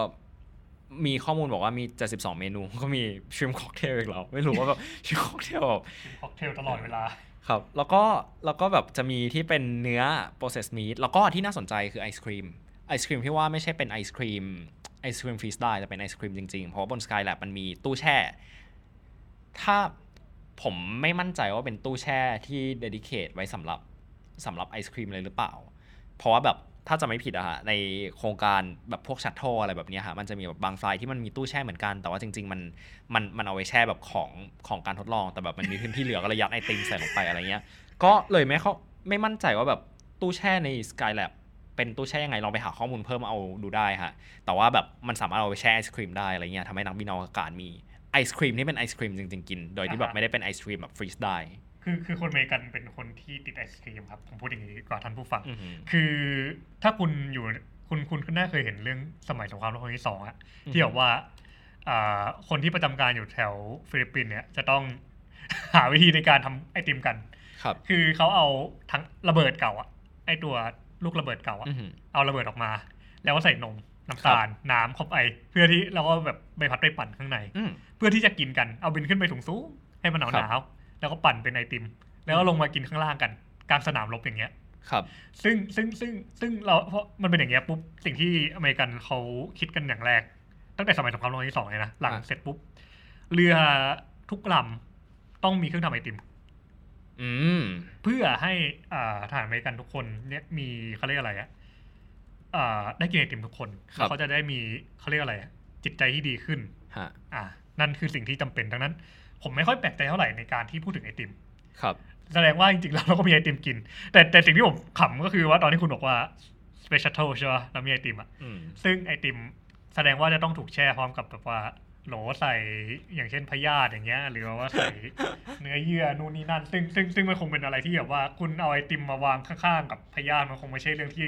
Speaker 3: มีข้อมูลบอกว่ามี 72 เมนู (laughs) ก็มีชิมค็อกเทลอีกแล้ว ไม่รู้ว่าแบบ (laughs) ชิมค็อกเทลแบบ
Speaker 4: ค็อกเทลตลอดเวลา
Speaker 3: ครับ แล้วก็ แล้วก็แบบจะมีที่เป็นเนื้อ processed meat แล้วก็ที่น่าสนใจคือไอศครีม ไอศครีมที่ว่าไม่ใช่เป็นไอศครีม ไอศครีมฟรีสได้แต่เป็นไอศครีมจริงๆ เพราะว่าบน Sky Lab มันมีตู้แช่ ถ้าผมไม่มั่นใจว่าเป็นตู้แช่ที่เดดิเคทไว้สำหรับสำหรับไอศครีมเลยหรือเปล่า เพราะว่าแบบถ้าจะไม่ผิดอะฮะในโครงการแบบพวกชัตเทลอะไรแบบเนี้ยฮะมันจะมีแบบบางไฟล์ที่มันมีตู้แช่เหมือนกันแต่ว่าจริง ๆ มันมันมันเอาไว้แช่แบบของของการทดลองแต่แบบมันมีพื้นที่เหลือก็เลยยัดไอติมใส่ลงไปอะไรเงี้ย ก็เลยไม่เขาไม่มั่นใจว่าแบบตู้แช่ใน Skylab เป็นตู้แช่ยังไงลองไปหาข้อมูลเพิ่มเอาดูได้ฮะ แต่ว่าแบบมันสามารถเอาไปแช่ไอศครีมได้อะไรเงี้ยทำให้นักบินอวกาศมีไอศครีมที่เป็นไอศครีมจริงๆกิน โดยที่แบบไม่ได้เป็นไอศครีมแบบฟรีสได้
Speaker 4: คือคือคนอเมริกันเป็นคนที่ติดไอศครีมครับ ผมพูดอย่างนี้ดีกว่าท่านผู้ฟัง
Speaker 3: อือหือ
Speaker 4: คือถ้าคุณอยู่คุณคุณคุณน่าเคยเห็นเรื่องสมัยสงครามโลกครั้งที่สองอะ
Speaker 3: อืม
Speaker 4: ที่แบบว่าอ่า คนที่ประจำการอยู่แถวฟิลิปปินส์เนี่ยจะต้อง (laughs) หาวิธีในการทำไอติมกัน
Speaker 3: ครับ
Speaker 4: คือเขาเอาทั้งระเบิดเก่าอะไอตัวลูกระเบิดเก่าอะ
Speaker 3: อือหือ
Speaker 4: เอาระเบิดออกมา แล้วก็ใส่นมน้ำตาลน้ำเข้าไป เพื่อที่แล้วก็แบบใบพัดไปปั่นข้างใน
Speaker 3: อืม
Speaker 4: เพื่อที่จะกินกัน เอาบินขึ้นไปถุงสูงให้มันหนาวหนาวแล้วก็ปั่นเป็นไอติม แล้วก็ลงมากินข้างล่างกันกลางสนามรบอย่างเงี้ย
Speaker 3: ครับ
Speaker 4: ซึ่งซึ่งซึ่งซึ่งเราเพราะมันเป็นอย่างเงี้ยปุ๊บสิ่งที่อเมริกันเขาคิดกันอย่างแรก ตั้งแต่สมัยสงครามโลกครั้งที่สองเลยนะหลัง
Speaker 3: อ่ะ
Speaker 4: เสร็จปุ๊บ เรือทุกลำต้องมีเครื่องทำไอติม
Speaker 3: อืม
Speaker 4: เพื่อให้อ่าทหารอเมริกันทุกคนเนี่ยมีเขาเรียกอะไรอะอ่าได้กินไอติมทุกคน
Speaker 3: ครับ
Speaker 4: แล้วเขาจะได้มีเขาเรียกอะไรอะจิตใจที่ดีขึ้น
Speaker 3: ฮะ
Speaker 4: อ่านั่นคือสิ่งที่จำเป็นดังนั้น ผมไม่ค่อยแปลกใจเท่าไหร่ในการที่พูดถึงไอติม
Speaker 3: ครับ
Speaker 4: แสดงว่าจริงๆแล้วเราก็มีไอติมกิน แต่แต่สิ่งที่ผมขำก็คือว่าตอนที่คุณบอกว่า special toast ใช่ป่ะเรามีไอติมอ่ะ
Speaker 3: อืม
Speaker 4: ซึ่งไอติมแสดงว่าจะต้องถูกแช่พร้อมกับแบบว่าโหลใส่อย่างเช่นพยาธิอย่างเงี้ยหรือว่าใส่ เนื้อเยื่อนู่นนี่นั่น ซึ่งซึ่งซึ่งมันคงเป็นอะไรที่แบบว่าคุณเอาไอติมมาวางข้างๆกับพยาธิมันคงไม่ใช่เรื่องที่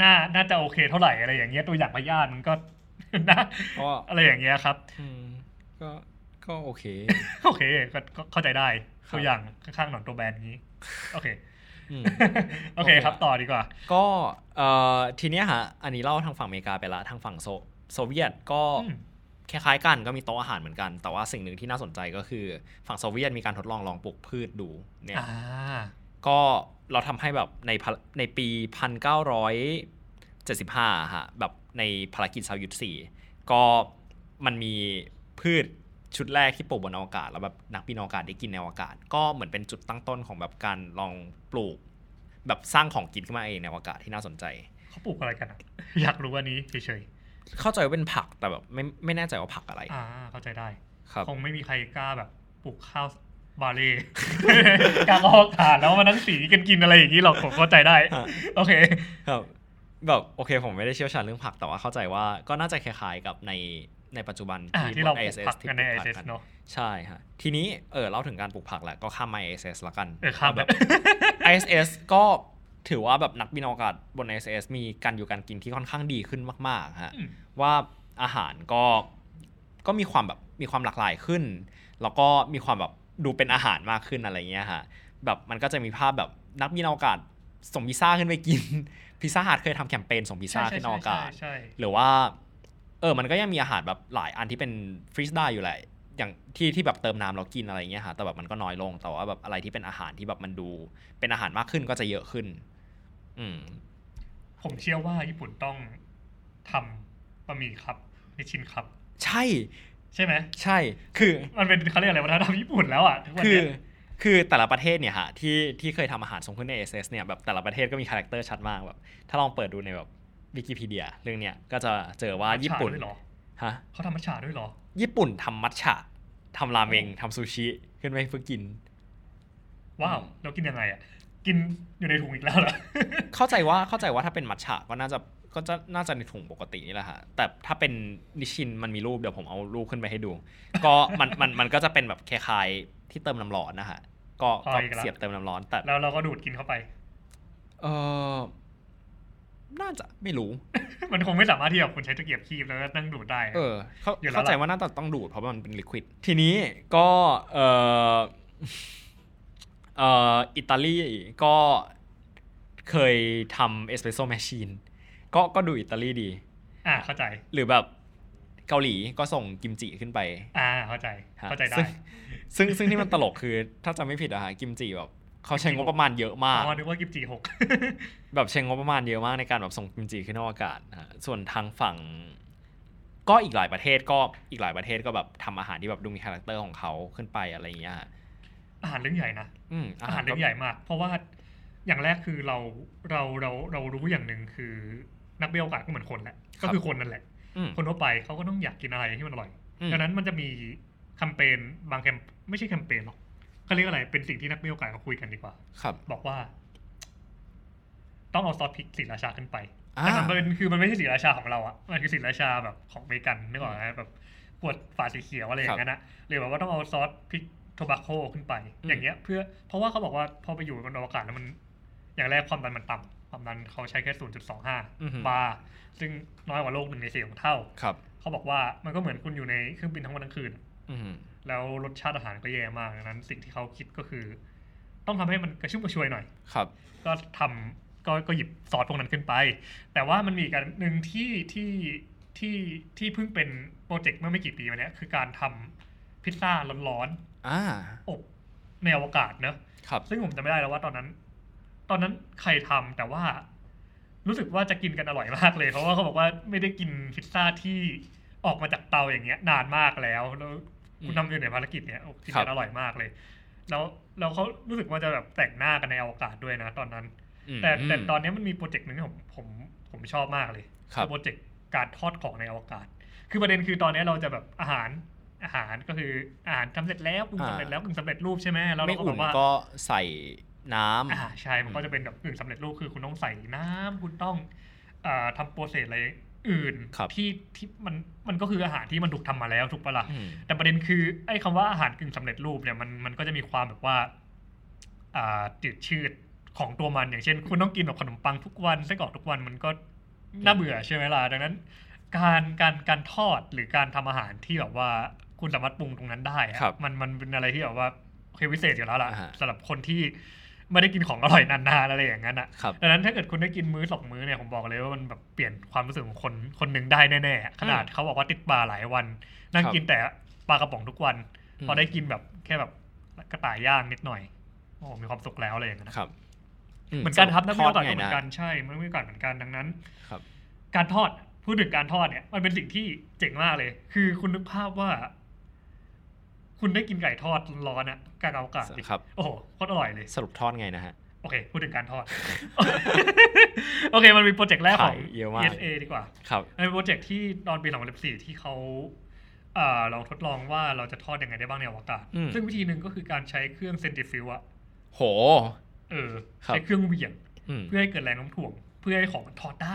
Speaker 4: น่าน่าจะโอเคเท่าไหร่อะไรอย่างเงี้ยตัวอย่างพยาธิมันก็ (laughs) นะ
Speaker 3: ก็
Speaker 4: อะไรอย่างเงี้ยครับ
Speaker 3: อืมก็ ก็โอเค
Speaker 4: โอเคก็ก็เข้าใจได้
Speaker 3: ครับ
Speaker 4: ตัวอย่างข้างๆหนอนตัวแบนนี้ โอเค
Speaker 3: อืม
Speaker 4: (laughs) โอ
Speaker 3: โอ
Speaker 4: เค
Speaker 3: เค
Speaker 4: ครับต่อดีกว่า
Speaker 3: ก็เอ่อทีเนี้ยฮะ อันนี้เล่าทางฝั่งอเมริกาไปละ ทางฝั่งโซโซเวียตก็
Speaker 4: อืม
Speaker 3: คล้ายๆกันก็มีโต๊ะอาหารเหมือนกัน แต่ว่าสิ่งหนึ่งที่น่าสนใจก็คือ ฝั่งโซเวียตมีการทดลองลองปลูกพืชดูเนี่ย
Speaker 4: อ่า
Speaker 3: ก็เราทำให้แบบในพะในปี 1975ฮะแบบในภารกิจซาวยุทธสี่ก็มันมีพืชชุดแรกที่ปลูกบนอวกาศ แล้วแบบนักบินอวกาศได้กินในอวกาศ ก็เหมือนเป็นจุดตั้งต้นของแบบการลองปลูก แบบสร้างของกินขึ้นมาเองในอวกาศที่น่าสนใจ
Speaker 4: เขาปลูกอะไรกันอะ อยากรู้อันนี้เฉย
Speaker 3: เข้าใจว่าเป็นผักแต่แบบไม่ไม่แน่ใจว่าผักอะไร
Speaker 4: ๆอ่า เข้าใจได้
Speaker 3: ครับ
Speaker 4: คงไม่มีใครกล้าแบบปลูกข้าวบาเล่ (laughs) กลางออกฐานแล้ววันนั้นสีกันกินอะไรอย่างนี้หรอกผมเข้าใจได้
Speaker 3: ฮะ
Speaker 4: โอเค
Speaker 3: ครับแบบโอเคผมไม่ได้เชี่ยวชาญเรื่องผักแต่ว่าเข้าใจว่าก็น่าจะคล้ายๆกับในในปัจจุบัน
Speaker 4: อ่าที่เรา
Speaker 3: บ
Speaker 4: ป
Speaker 3: น
Speaker 4: ลูก
Speaker 3: ISS
Speaker 4: ผักกันในไอ
Speaker 3: ที่ปลูผั
Speaker 4: เอส
Speaker 3: กั
Speaker 4: เนาะ
Speaker 3: ใช่ฮะทีนี้เออเล่าถึงการปลูกผักแหละก็ข้ามมา ISS ละกัน
Speaker 4: เออข้ามไป (laughs)
Speaker 3: แบบ ISS ก็ถือว่าแบบนักบินอวกาศบน ISS มีการอยู่การกินที่ค่อนข้างดีขึ้นมากๆฮะ
Speaker 4: อืม
Speaker 3: ว่าอาหารก็ก็มีความแบบมีความหลากหลายขึ้น แล้วก็มีความแบบดูเป็นอาหารมากขึ้นอะไรเงี้ยฮะแบบมันก็จะมีภาพแบบนักบินอวกาศส่งพิซซ่าขึ้นไปกิน (laughs) พิซซ่าฮัทเคยทำแคมเปญส่งพิซซ่าขึ้นอวกาศ
Speaker 4: ใช่
Speaker 3: หรือว่าเออมันก็ยังมีอาหารแบบหลายอันที่เป็นฟรีสได้อยู่แหละอย่างที่ที่แบบเติมน้ำเรากินอะไรอย่างเงี้ยฮะแต่แบบมันก็น้อยลงแต่ว่าแบบอะไรที่เป็นอาหารที่แบบมันดู เป็นอาหารมากขึ้นก็จะเยอะขึ้น อืม
Speaker 4: ผมเชื่อว่าญี่ปุ่นต้องทำบะหมี่ครับนิชินครับ
Speaker 3: ใช่
Speaker 4: ใช่ไหม
Speaker 3: ใช่คือ
Speaker 4: มันเป็นเขาเรียกอะไรวัฒนธรรมญี่ปุ่นแล้วอ่ะทุกวัน
Speaker 3: คือ
Speaker 4: เนี้ย
Speaker 3: คือแต่ละประเทศเนี่ยฮะที่ที่เคยทำอาหารส่งขึ้นใน SS เนี่ยแบบแต่ละประเทศก็มีคาแรคเตอร์ชัดมากแบบถ้าลองเปิดดูในแบบวิกิพีเดียเรื่องเนี้ยก็จะเจอว่าญี่ปุ่น
Speaker 4: มัทฉะด้วยเหรอ
Speaker 3: ฮะ
Speaker 4: เขาทำมัทฉาด้วยเหรอ
Speaker 3: ญี่ปุ่นทำมัทฉะทำราเมงทำซูชิขึ้นไปเพื่อกิน
Speaker 4: ว้าว
Speaker 3: อืม
Speaker 4: เรากินยังไงอ่ะ กินอยู่ในถุงอีกแล้วเหรอ
Speaker 3: เข้าใจว่าเข้าใจว่าถ้าเป็นมัทฉะก็น่าจะก็จะน่าจะในถุงปกตินี่แหละฮะแต่ถ้าเป็นนิชินมันมีรูปเดี๋ยวผมเอารูปขึ้นไปให้ดู ก็ (laughs) มันมันมันก็จะเป็นแบบคล้ายๆที่เติมน้ำร้อนนะฮะก็
Speaker 4: อ๋
Speaker 3: ก็
Speaker 4: ออีกแล้ว
Speaker 3: เสียบเติมน้ำร้อนแต่
Speaker 4: แล้วเราก็ดูดกินเข้าไป (laughs)
Speaker 3: เออน่าจะไม่
Speaker 4: (laughs)
Speaker 3: รู้
Speaker 4: มันคงไม่สามารถที่แบบคุณใช้ตะเกียบคีบแล้วก็นั่งดูดได้อะ
Speaker 3: เออเข้า
Speaker 4: อยู่แล้วล่ะ
Speaker 3: เข้าใจว่าน่าจะต้องดูดเพราะมันเป็นลิควิดทีนี้ก็เออ (laughs) เอออิตาลีก็เคยทำเอสเปรสโซ่แมชชีนก็ก็ดูอิตาลีดี
Speaker 4: อ่าเข้าใจ
Speaker 3: หรือแบบเกาหลีก็ส่งกิมจิขึ้นไป
Speaker 4: อ่าเข้าใจ
Speaker 3: ฮะ
Speaker 4: เข้าใจได้
Speaker 3: ซึ่งซึ่งซึ่งที่มันตลกคือ ถ้าจำไม่ผิดอะฮะกิมจิแบบเขาใช้งบประมาณเยอะมาก
Speaker 4: อ๋อนึกว่ากิมจิหก
Speaker 3: แบบใช้งบประมาณเยอะมากในการแบบส่งกิมจิขึ้นนอกอากาศนะฮะส่วนทางฝั่ง ก็อีกหลายประเทศก็อีกหลายประเทศก็แบบทำอาหารที่แบบดูมีคาแรคเตอร์ของเขาขึ้นไปอะไรอย่างเงี้ยฮะ
Speaker 4: อาหารเรื่องใหญ่นะ
Speaker 3: อืม
Speaker 4: อาหาร
Speaker 3: ก็
Speaker 4: เรื่องใหญ่มาก เพราะว่าอย่างแรกคือเราเราเราเรารู้อย่างหนึ่งคือนักเบี้ยวกาสก็เหมือนคนแหละ
Speaker 3: ครับ
Speaker 4: ก็คือคนนั่นแหละ
Speaker 3: อืม
Speaker 4: คนทั่วไปเขาก็ต้องอยากกินอะไรที่มันอร่อย
Speaker 3: อืม
Speaker 4: ดังนั้นมันจะมีแคมเปญบางแคมไม่ใช่แคมเปญหรอกเขาเรียกอะไรเป็นสิ่งที่นักเบี้ยวกาสเขาคุยกันดีกว่า
Speaker 3: ครับ
Speaker 4: บอกว่า ต้องเอาซอสพริกศรีราชาขึ้นไป
Speaker 3: อ่า
Speaker 4: แต่มันเป็นคือมันไม่ใช่ศรีราชาของเราอะมันคือศรีราชาแบบของอเมริกันนึกออกไหมแบบปวดฝาสีเขียวอะไรอย่างนั้นอะหรือแบบว่าต้องเอาซอสพริกโทบาโคขึ้นไป อย่างเงี้ย เพื่อเพราะว่าเขาบอกว่าพอไปอยู่บนอวกาศแล้วมัน อย่างแรกความดันมันต่ำความดันเขาใช้แค่
Speaker 3: อือหือ
Speaker 4: 0.25 บาร์ซึ่งน้อยกว่าโลกหนึ่งในสี่ของเท่า
Speaker 3: ครับ
Speaker 4: เขาบอกว่ามันก็เหมือนคุณอยู่ในเครื่องบินทั้งวันทั้งคืน
Speaker 3: อืม
Speaker 4: แล้วรสชาติอาหารก็แย่มากดังนั้น สิ่งที่เขาคิดก็คือ ต้องทำให้มันกระชุ่มกระชวยหน่อย
Speaker 3: ครับ
Speaker 4: ก็ทำก็ก็หยิบซอสพวกนั้นขึ้นไป แต่ว่ามันมีอีกอันหนึ่งที่ที่ที่ที่เพิ่งเป็นโปรเจกต์เมื่อไม่กี่ปีมาเนี้ยคือการทำพิซซ่าร้อน
Speaker 3: อ่า
Speaker 4: ๆอบในอวกาศเนอะ
Speaker 3: ครับ
Speaker 4: ซึ่งผมจำไม่ได้แล้วว่าตอนนั้น ตอนนั้นใครทำแต่ว่า รู้สึกว่าจะกินกันอร่อยมากเลย เพราะว่าเขาบอกว่าไม่ได้กินพิซซ่าที่ออกมาจากเตาอย่างเงี้ย นานมากแล้วแล้วคุณทำอยู่ในภารกิจเนี้ยโอ้กิน
Speaker 3: ครั
Speaker 4: กับ นอร่อยมากเลย แล้วแล้วเขารู้สึกว่าจะแบบแต่งหน้ากันในอวกาศด้วยนะตอนนั้น
Speaker 3: อืม
Speaker 4: แต่แต่ตอนนี้มันมีโปรเจกต์หนึ่งที่ผมผมผมชอบมากเลย
Speaker 3: ครับ
Speaker 4: อโปรเจกต์การทอดของในอวกาศ คือประเด็นคือตอนนี้เราจะแบบอาหารอาหารก็คืออาหารทำเสร็จแล้วปรุงสำเร็จแล้วกึ่งสำเร็จรูปใช่ไหมแล้ว
Speaker 3: ไม่
Speaker 4: เราก็บ
Speaker 3: อุ่
Speaker 4: อน กว่า
Speaker 3: ก็ใส่น้ำ
Speaker 4: อ่าใช่มันก็จะเป็นแบบกึ่งสำเร็จรูปคือคุณต้องใส่น้ำคุณต้องอ่าทำโปรเซสอะไรอื่น
Speaker 3: ครับ
Speaker 4: ที่ที่มันมันก็คืออาหารที่มันถูกทำมาแล้วถูกปะล่ะ
Speaker 3: อืม
Speaker 4: แต่ประเด็นคือไอ้คำว่าอาหารกึ่งสำเร็จรูปเนี่ยมันมันก็จะมีความแบบว่า อ่าจืดชืดของตัวมันอย่างเช่น คุณต้องกินแบบขนมปังทุกวันไส้กรอกทุกวันมันก็น่าเบื่อใช่ไหมล่ะดังนั้น การการการทอดหรือการทำอาหารที่แบบว่าคุณสามารถปรุงตรงนั้นได้อะ
Speaker 3: ครับ
Speaker 4: มันมันเป็นอะไรที่แบบว่าโอเควิเศษอยู่แล้วล่ะ
Speaker 3: อ่าฮะ
Speaker 4: สำหรับคนที่ไม่ได้กินของอร่อยนานๆอะไรอย่างนั้นอะ
Speaker 3: ครับ
Speaker 4: ดังนั้นถ้าเกิดคุณได้กินมื้อสองมื้อเนี่ยผมบอกเลยว่ามันแบบเปลี่ยนความรู้สึกของคนคนหนึ่งได้แน่ๆขนาดเขาบอกว่าติดปลาหลายวัน นั่ง
Speaker 3: ครับ
Speaker 4: กินแต่ปลากระป๋องทุกวัน
Speaker 3: อืม
Speaker 4: พอได้กินแบบแค่แบบกระต่ายย่างนิดหน่อยโอ้มีความสุขแล้วอะไรอย่างเงี้ยนะครับ เหมือนกันครับนักวิทยาศาสตร์
Speaker 3: ท
Speaker 4: ก็
Speaker 3: ด
Speaker 4: เห
Speaker 3: ไง
Speaker 4: มือ
Speaker 3: นะ
Speaker 4: นกันใช่มันวิทยาศาสตร์เหมือนกันดังนั้น
Speaker 3: ครับ
Speaker 4: การทอดพูดถึงการทอดเนี่ยมันเป็นสิ่งที่เจ๋งมากเลย คือคุณนึกภาพว่า คุณได้กินไก่ทอดร้อนๆอะกลางอากาศดิ
Speaker 3: ครับ
Speaker 4: โอ้โหโคตรอร่อยเลย
Speaker 3: สรุปทอดไงนะฮะ
Speaker 4: โอเค พูดถึงการทอด (laughs) โอเค มันมีโปรเจกต์แรกของ
Speaker 3: ขายเยอะมาก
Speaker 4: ESA ดีกว่า
Speaker 3: ครับ
Speaker 4: มันเป็นโปรเจกต์ที่ตอนปี 2014 ที่เขาเอ่อลองทดลองว่าเราจะทอดยังไงได้บ้างในอวกาศ
Speaker 3: อืม
Speaker 4: ซึ่งวิธีหนึ่งก็คือการใช้เครื่องเซน r ิฟิวอะ
Speaker 3: โห
Speaker 4: เออ
Speaker 3: ครับ
Speaker 4: ใช้เครื่องเหวี่ยง
Speaker 3: อืม
Speaker 4: เพื่อให้เกิดแรงโน้มถ่วง เพื่อให้ของมันทอดได้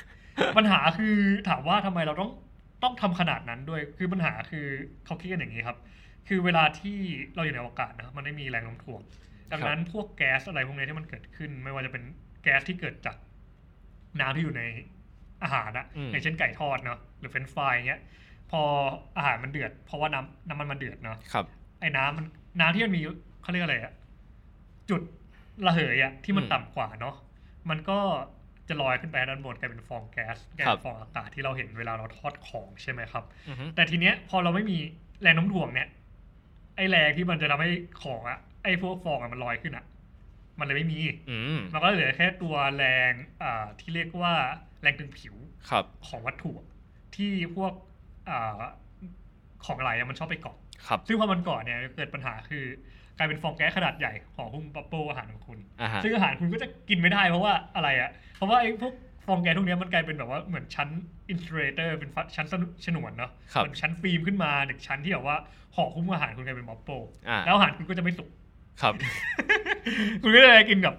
Speaker 4: (laughs) ปัญหาคือถามว่าทำไมเราต้องต้องทำขนาดนั้นด้วย คือปัญหาคือเขาคิดกันอย่างนี้ครับ คือเวลาที่เราอยู่ในอวกาศนะมันไม่มีแรงโน้มถ่วง ดังนั้นพวกแก๊สอะไรพวกนี้ที่มันเกิดขึ้น ไม่ว่าจะเป็นแก๊สที่เกิดจากน้ำที่อยู่ในอาหารอะ
Speaker 3: อืม
Speaker 4: อย่างเช่นไก่ทอดเนาะหรือเฟรนช์ฟรายอย่างเงี้ย พออาหารมันเดือด เพราะว่าน้ำน้ำมันมันเดือดเนาะ
Speaker 3: ครับ
Speaker 4: ไอ้น้ำมันน้ำที่มันมีเขาเรียกอะไรอะจุดระเหยอะที่มัน
Speaker 3: อืม
Speaker 4: ต่ำกว่าเนาะมันก็จะลอยขึ้นไปด้านบนกลายเป็นฟองแก๊สกลาย
Speaker 3: ครั
Speaker 4: เป็
Speaker 3: บ
Speaker 4: นฟองอากาศที่เราเห็นเวลาเราทอดของใช่ไหมครับ
Speaker 3: อือฮึ
Speaker 4: แต่ทีเนี้ยพอเราไม่มีแรงโน้มถ่วงเนี่ยไอ้แรงที่มันจะทำให้ของอะไอ้พวกฟองอะมันลอยขึ้นอะมันเลยไม่มี
Speaker 3: อืม
Speaker 4: มันก็เหลือแค่ตัวแรงอ่าที่เรียกว่าแรงดึงผิว
Speaker 3: ครับ
Speaker 4: ของวัตถุอะที่พวกอาของไหลอะมันชอบไปเกาะ
Speaker 3: ครับ
Speaker 4: ซึ่งพอมันเกาะเนี่ยเกิดปัญหาคือกลายเป็นฟองแก๊สขนาดใหญ่ของหุ้มปับโปอาหารของคุณ
Speaker 3: อ่าฮะ
Speaker 4: ซึ่งอาหารคุณก็จะกินไม่ได้เพราะว่าอะไรอะ่ะ เพราะว่าไอ้พวกฟองแก๊สพวกเนี้ยมันกลายเป็นแบบว่าเหมือนชั้นอินส r เ t เตอร์เป็นฟ้าชั้นฉนวนเนาะ
Speaker 3: ครับ
Speaker 4: เหมือนชั้นฟิล์มขึ้นมาเด็กชั้นที่แบบว่าห่อหุ้มอาหารคุณกลายเป็นบับโป
Speaker 3: อ่า
Speaker 4: แล้วอาหารคุณก็จะไม่สุก (laughs)
Speaker 3: ครับ
Speaker 4: คุณก็จะได้กินกับ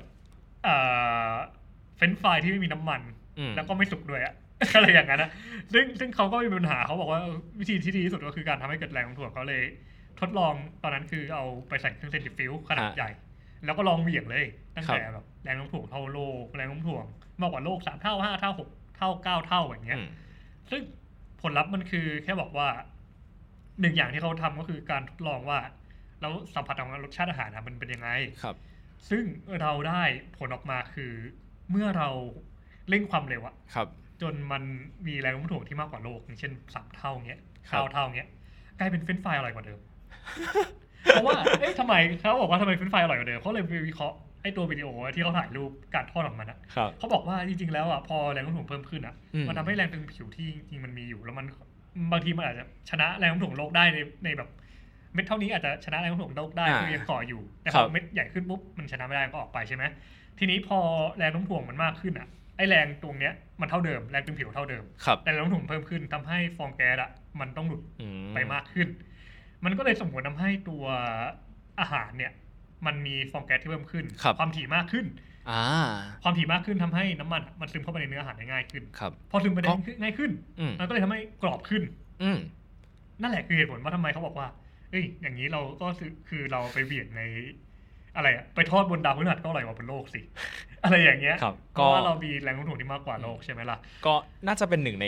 Speaker 4: เอ่อเฟรนช์ฟรายที่ไม่มีน้ำมัน
Speaker 3: อืม
Speaker 4: แล้วก็ไม่สุกด้วยอะ (laughs) อะไรอย่างนั้นนะซึ่งซึ่งเขาก็มีปัญหาเขาบอกว่าวิธีที่ดีที่สุดก็คือการทำให้เกิดแรงโน้มถ่วงเขาเลย ทดลองตอนนั้นคือเอาไปใส่เครื่องเซนทริฟิวขนาดใหญ่ แล้วก็ลองเหวี่ยงเลย ตั้งแต่แบบแรงโน้มถ่วงเท่าโลกแรงโน้มถ่วงมากกว่าโลกสามเท่าห้าเท่าหกเท่าเก้าเท่าอย่างเงี้ย
Speaker 3: อืม
Speaker 4: ซึ่งผลลัพธ์มันคือแค่บอกว่าหนึ่งอย่างที่เขาทำก็คือการทดลองว่า แล้วสัมผัสของรสชาติอาหารนะมันเป็นยังไง
Speaker 3: ครับ
Speaker 4: ซึ่งเราได้ผลออกมาคือเมื่อเราเร่งความเร็วอะ
Speaker 3: ครับ
Speaker 4: จนมันมีแรงโน้มถ่วงที่มากกว่าโลกอย่างเช่นสามเท่าเงี้ย
Speaker 3: ครับ
Speaker 4: เก้าเท่าเงี้ยกลายเป็นเฟรนช์ฟรายอร่อยก
Speaker 3: (laughs)
Speaker 4: ว่าเดิม เพราะว่าเอ๊ะทำไมเขาบอกว่าทำไมเฟรนช์ฟรายอร่อยกว่าเดิมเขาเลยไปวิเคราะห์ไอ้ตัววิดีโอที่เขาถ่ายรูปการทอดออกมานะครับ เขาบอกว่าจริงๆแล้วอะพอแรงโน้มถ่วงเพิ่มขึ้นอะ
Speaker 3: อืม
Speaker 4: มันทำให้แรงตึงผิวที่จริงๆมันมีอยู่ แล้วมัน บางทีมันอาจจะชนะแรงโน้มถ่วงโลกได้ในในแบบ เม็ดเท่านี้อาจจะชนะแรงโน้มถ่วงโลกได้
Speaker 3: อ่า
Speaker 4: คือยังก่ออยู่แต่
Speaker 3: ครั
Speaker 4: พ
Speaker 3: บ
Speaker 4: อเม็ดใหญ่ขึ้นปุ๊บมันชนะไม่ได้ก็ออกไปใช่ไหมทีนี้พอแรงโน้มถ่วงมันมากขึ้นอ่ะไอแรงตรงเนี้ยมันเท่าเดิมแรงตึงผิวเท่าเดิม
Speaker 3: ครับ
Speaker 4: แต่แรงโน้มถ่วงเพิ่มขึ้นทำให้ฟองแก๊สอ่ะมันต้องหลุด
Speaker 3: อื
Speaker 4: ไปมากขึ้น มันก็เลยส่งผลทำให้ตัวอาหารเนี่ย มันมีฟองแก๊สที่เพิ่มขึ้น ความถี่มากขึ้น
Speaker 3: อ่า
Speaker 4: ความถี่มากขึ้นทำให้น้ำมันมันซึมเข้าไปในเนื้ออาหารได้ง่ายขึ้น
Speaker 3: ครับ
Speaker 4: พอซึมไปได้ง่ายขึ้น
Speaker 3: อืม
Speaker 4: มันก็เลยทำให้กรอบขึ้น
Speaker 3: อืม
Speaker 4: นั่นแหละคือเหตุผลว่าทำไมเขาบอกว่า เอ้ย อย่างนี้เราก็คือคือเราไปเบี่ยงใน อะไรอะไปทอดบนดาวพฤหัสก็อร่อยกว่าบนโลกสิ (laughs) อะไรอย่างเงี้ย
Speaker 3: ครับ
Speaker 4: เพ
Speaker 3: ก็
Speaker 4: ราะว่าเรามีแรงโน้มถ่วงที่มากกว่าโลกใช่ไหมล่ะ
Speaker 3: ก็น่าจะเป็นหนึ่งใน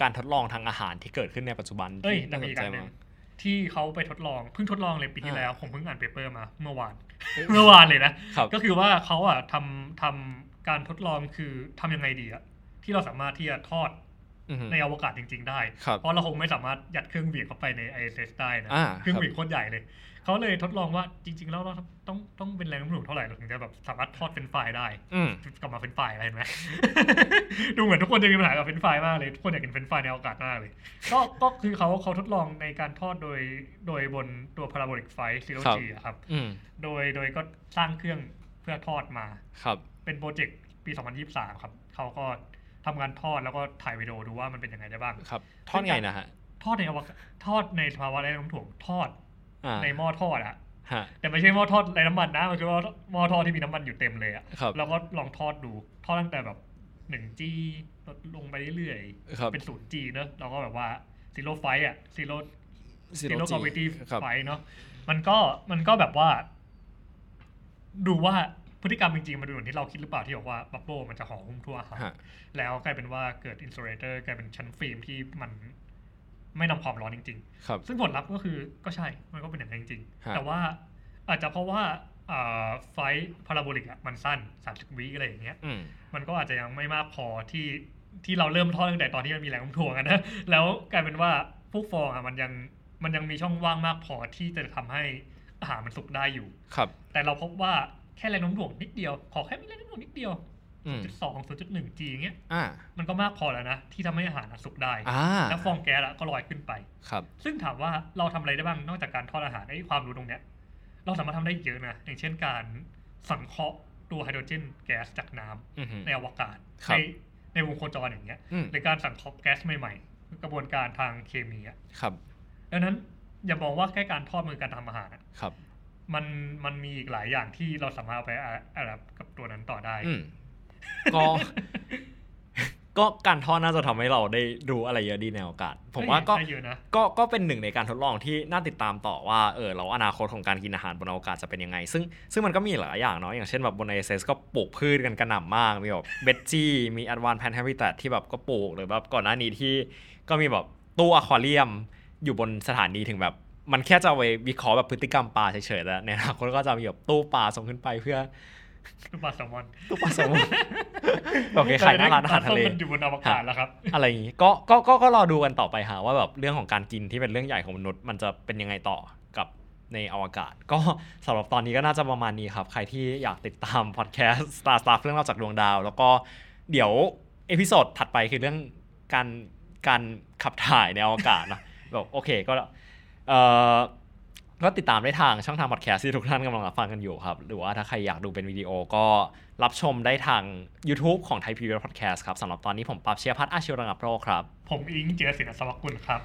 Speaker 3: การทดลองทางอาหารที่เกิดขึ้นในปัจจุบัน
Speaker 4: เอ้ย
Speaker 3: ที่
Speaker 4: แต่
Speaker 3: น่าส
Speaker 4: มี
Speaker 3: น
Speaker 4: อีก
Speaker 3: ใจ
Speaker 4: อันหนึ่
Speaker 3: มาง ก
Speaker 4: ที่เขาไปทดลองเพิ่งทดลองเลยปีที่
Speaker 3: อ่า
Speaker 4: แล้วผมเพิ่งอ่านเปเปอร์มา เมื่อวาน (laughs) เมื่อวานเลยนะ
Speaker 3: ครับ
Speaker 4: ก็คือว่าเขาอ่ะทำทำการทดลองคือทำยังไงดีอะที่เราสามารถที่จะทอด
Speaker 3: อือฮึ
Speaker 4: ในอวกาศจริง ๆ ได้
Speaker 3: ครับ
Speaker 4: เพราะเราคงไม่สามารถยัดเครื่องเบียดเข้าไปในไอเอสได้นะ
Speaker 3: อ่า
Speaker 4: เครื่อง
Speaker 3: ครับ
Speaker 4: เบียดโคตรใหญ่เลยเขาเลยทดลองว่าจริง ๆ แล้วเราต้องต้องเป็นแรงโน้มถ่วงเท่าไหร่เราถึงจะแบบสามารถทอดเป็นไฟล์ได้
Speaker 3: อืม
Speaker 4: กลับมาเป็นไฟล์อะไรเห็นไหม (laughs) ดูเหมือนทุกคนจะมีปัญหากับเป็นไฟล์มากเลย ทุกคนอยากกินเป็นไฟล์ในอวกาศมากเลย ก็ก็คือเขาเขาทดลองในการทอดโดยโดยบนตัวพาราโบลิกไฟซีโร
Speaker 3: ครับ
Speaker 4: จีครับ
Speaker 3: อืม
Speaker 4: โดยโดยก็สร้างเครื่องเพื่อทอดมา
Speaker 3: ครับ
Speaker 4: เป็นโปรเจกต์ปี 2023 ครับเขาก็ทำงานทอดแล้วก็ถ่ายวิดีโอดูว่ามันเป็นยังไงได้บ้าง
Speaker 3: ครับทอดไงนะฮะ
Speaker 4: ทอดในอวกาศทอดในภาวะไร้น้ำถ่วงทอด
Speaker 3: อ่า
Speaker 4: ในหม้อทอดอะ
Speaker 3: ฮะ
Speaker 4: แต่ไม่ใช่หม้อทอดไร้น้ำมันนะมันคือหม้อหม้อทอดที่มีน้ำมันอยู่เต็มเลยอะ
Speaker 3: ครับ
Speaker 4: เราก็ลองทอดดู ทอดตั้งแต่แบบหนึ่งจีลดลงไปเรื่อย
Speaker 3: ครับ
Speaker 4: ๆ เป็นศูนย์จีเนอะเราก็แบบว่าซีโร่ไฟอ่ะซีโร่
Speaker 3: Zero
Speaker 4: ซีโร่
Speaker 3: G
Speaker 4: กราวิตี้
Speaker 3: ครับ
Speaker 4: ไฟเนอะมันก็มันก็แบบว่า ดูว่าพฤติกรรมจริงๆ มันดูเหมือนที่เราคิดหรือเปล่าที่บอกว่าบับเบิ้ลมันจะห่อหุ้มทั่วอาหาร
Speaker 3: ฮะ
Speaker 4: แล้วกลายเป็นว่าเกิดอิน u ู a เตอร์กลายเป็นชั้นฟิล์มที่มันไม่นำความร้อนจริง
Speaker 3: ครับ
Speaker 4: ๆ ซึ่งผลลัพธ์ก็คือก็ใช่ มันก็เป็นอย่างนั้นจริง
Speaker 3: ฮะ
Speaker 4: ๆ แต่ว่าอาจจะเพราะว่าอ่าไฟพาราโบลิกอะมันสั้น30วิอะไรอย่างเงี้ย
Speaker 3: อืม
Speaker 4: มันก็อาจจะยังไม่มากพอที่ที่เราเริ่มทอดตั้งแต่ตอนที่มันมีแรงโน้มถ่วงอะนะ (laughs) แล้วกลายเป็นว่าพวกฟองอะมันยังมันยังมีช่องว่างมากพอที่จะทำให้อาหารมันสุกได้อยู่
Speaker 3: ครับ
Speaker 4: แต่เราพบว่าแค่แรงโน้มถ่วงนิดเดียว ขอแค่มีแรงโน้มถ่วงนิดเดียว
Speaker 3: อืม
Speaker 4: จุดสองจุดหนึ่งจีเงี้ย
Speaker 3: อ่า
Speaker 4: มันก็มากพอแล้วนะ ที่ทำให้อาหารอะสุกได้
Speaker 3: อ่า
Speaker 4: แล้วฟองแก๊สอะก็ลอยขึ้นไป
Speaker 3: ครับ
Speaker 4: ซึ่งถามว่าเราทำอะไรได้บ้างนอกจากการทอดอาหารไอ้ความรู้ตรงเนี้ย เราสามารถทำได้เยอะนะอย่างเช่นการสังเคราะห์ตัวไฮโดรเจนแก๊สจากน้ำ
Speaker 3: อืม
Speaker 4: ในอวกาศ
Speaker 3: ครั
Speaker 4: ใน
Speaker 3: บ
Speaker 4: ในวงโคจรอย่างเงี้ย
Speaker 3: อืม
Speaker 4: หรือการสังเคราะห์แก๊สใหม่ๆ กระบวนการทางเคมีอะ
Speaker 3: ครับ
Speaker 4: ดังนั้นอย่ามองว่าแค่การทอดมือการทำอาหารอะ
Speaker 3: ครับ
Speaker 4: มันมันมีอีกหลายอย่างที่เราสามารถเอาไปอะอะไรกับตัวนั้นต่อได้
Speaker 3: อืม ก็ (laughs) ก็การทอดน่าจะทำให้เราได้ดูอะไรเยอะดีในโอกาส ผมว่าก็
Speaker 4: ได้เยอะนะ
Speaker 3: ก็ก็เป็นหนึ่งในการทดลองที่น่าติดตามต่อว่าเออเราอนาคตของการกินอาหารบนอวกาศจะเป็นยังไง ซึ่งซึ่งมันก็มีหลายอย่างเนาะอย่างเช่นแบบบนไอเซสก็ปลูกพืชกันกระหน่ำมาก มีแบบเบจี้ มีแอดวานแพนแฮบิตที่แบบก็ปลูกหรือแบบก่อนหน้านี้ที่ก็มีแบบตู้อควาเรียมอยู่บนสถานีถึงแบบ มันแค่จะเอาไปวิเคราะห์แบบพฤติกรรมปลาเฉยๆแล้วในอนาคตก็จะมีแบบตู้ปลาส่งขึ้นไปเพื่อ
Speaker 4: ทุกปลาแซลมอน
Speaker 3: ตู้ปลาส่ง (laughs) แบบคล้ายๆหน้าร้านอาหารทะเล
Speaker 4: ปส้มมันอยู่บนอวกาศแล้วครับ
Speaker 3: (laughs) อะไรอย่างนี้ก็ก็ก็ก็รอดูกันต่อไปฮะว่าแบบเรื่องของการกินที่เป็นเรื่องใหญ่ของมนุษย์มันจะเป็นยังไงต่อกับในอวกาศ (laughs) ก็สำหรับตอนนี้ก็น่าจะประมาณนี้ครับ ใครที่อยากติดตาม (laughs) พอดแคสต์ Star Stuff เรื่องเราจากดวงดาว แล้วก็เดี๋ยวเอพิโซดถัดไปคือเรื่องการการขับถ่ายในอวกาศเนอะ แบบโอเคก็เอ่อก็ติดตามได้ทางช่องทางพอดแคสต์ที่ทุกท่านกำลังรับฟังกันอยู่ครับ หรือว่าถ้าใครอยากดูเป็นวิดีโอก็รับชมได้ทาง YouTube ของไทยพีวีพอดแคสต์ครับสำหรับตอนนี้ผมปรับเชียร์พัฒน์อาชีวรังับโรคครับ (laughs)
Speaker 4: ผมอิงเจอศิลสวัสดิ์กุลครับ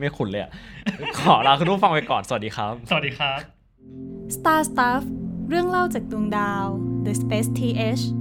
Speaker 3: ไม่คุ้นเลยอะ (laughs) ขอลาคุณผู้ฟังไปก่อน สวัสดีครับ
Speaker 4: สวัสดีครับ
Speaker 2: Star Stuff เรื่องเล่าจากดวงดาว The Space TH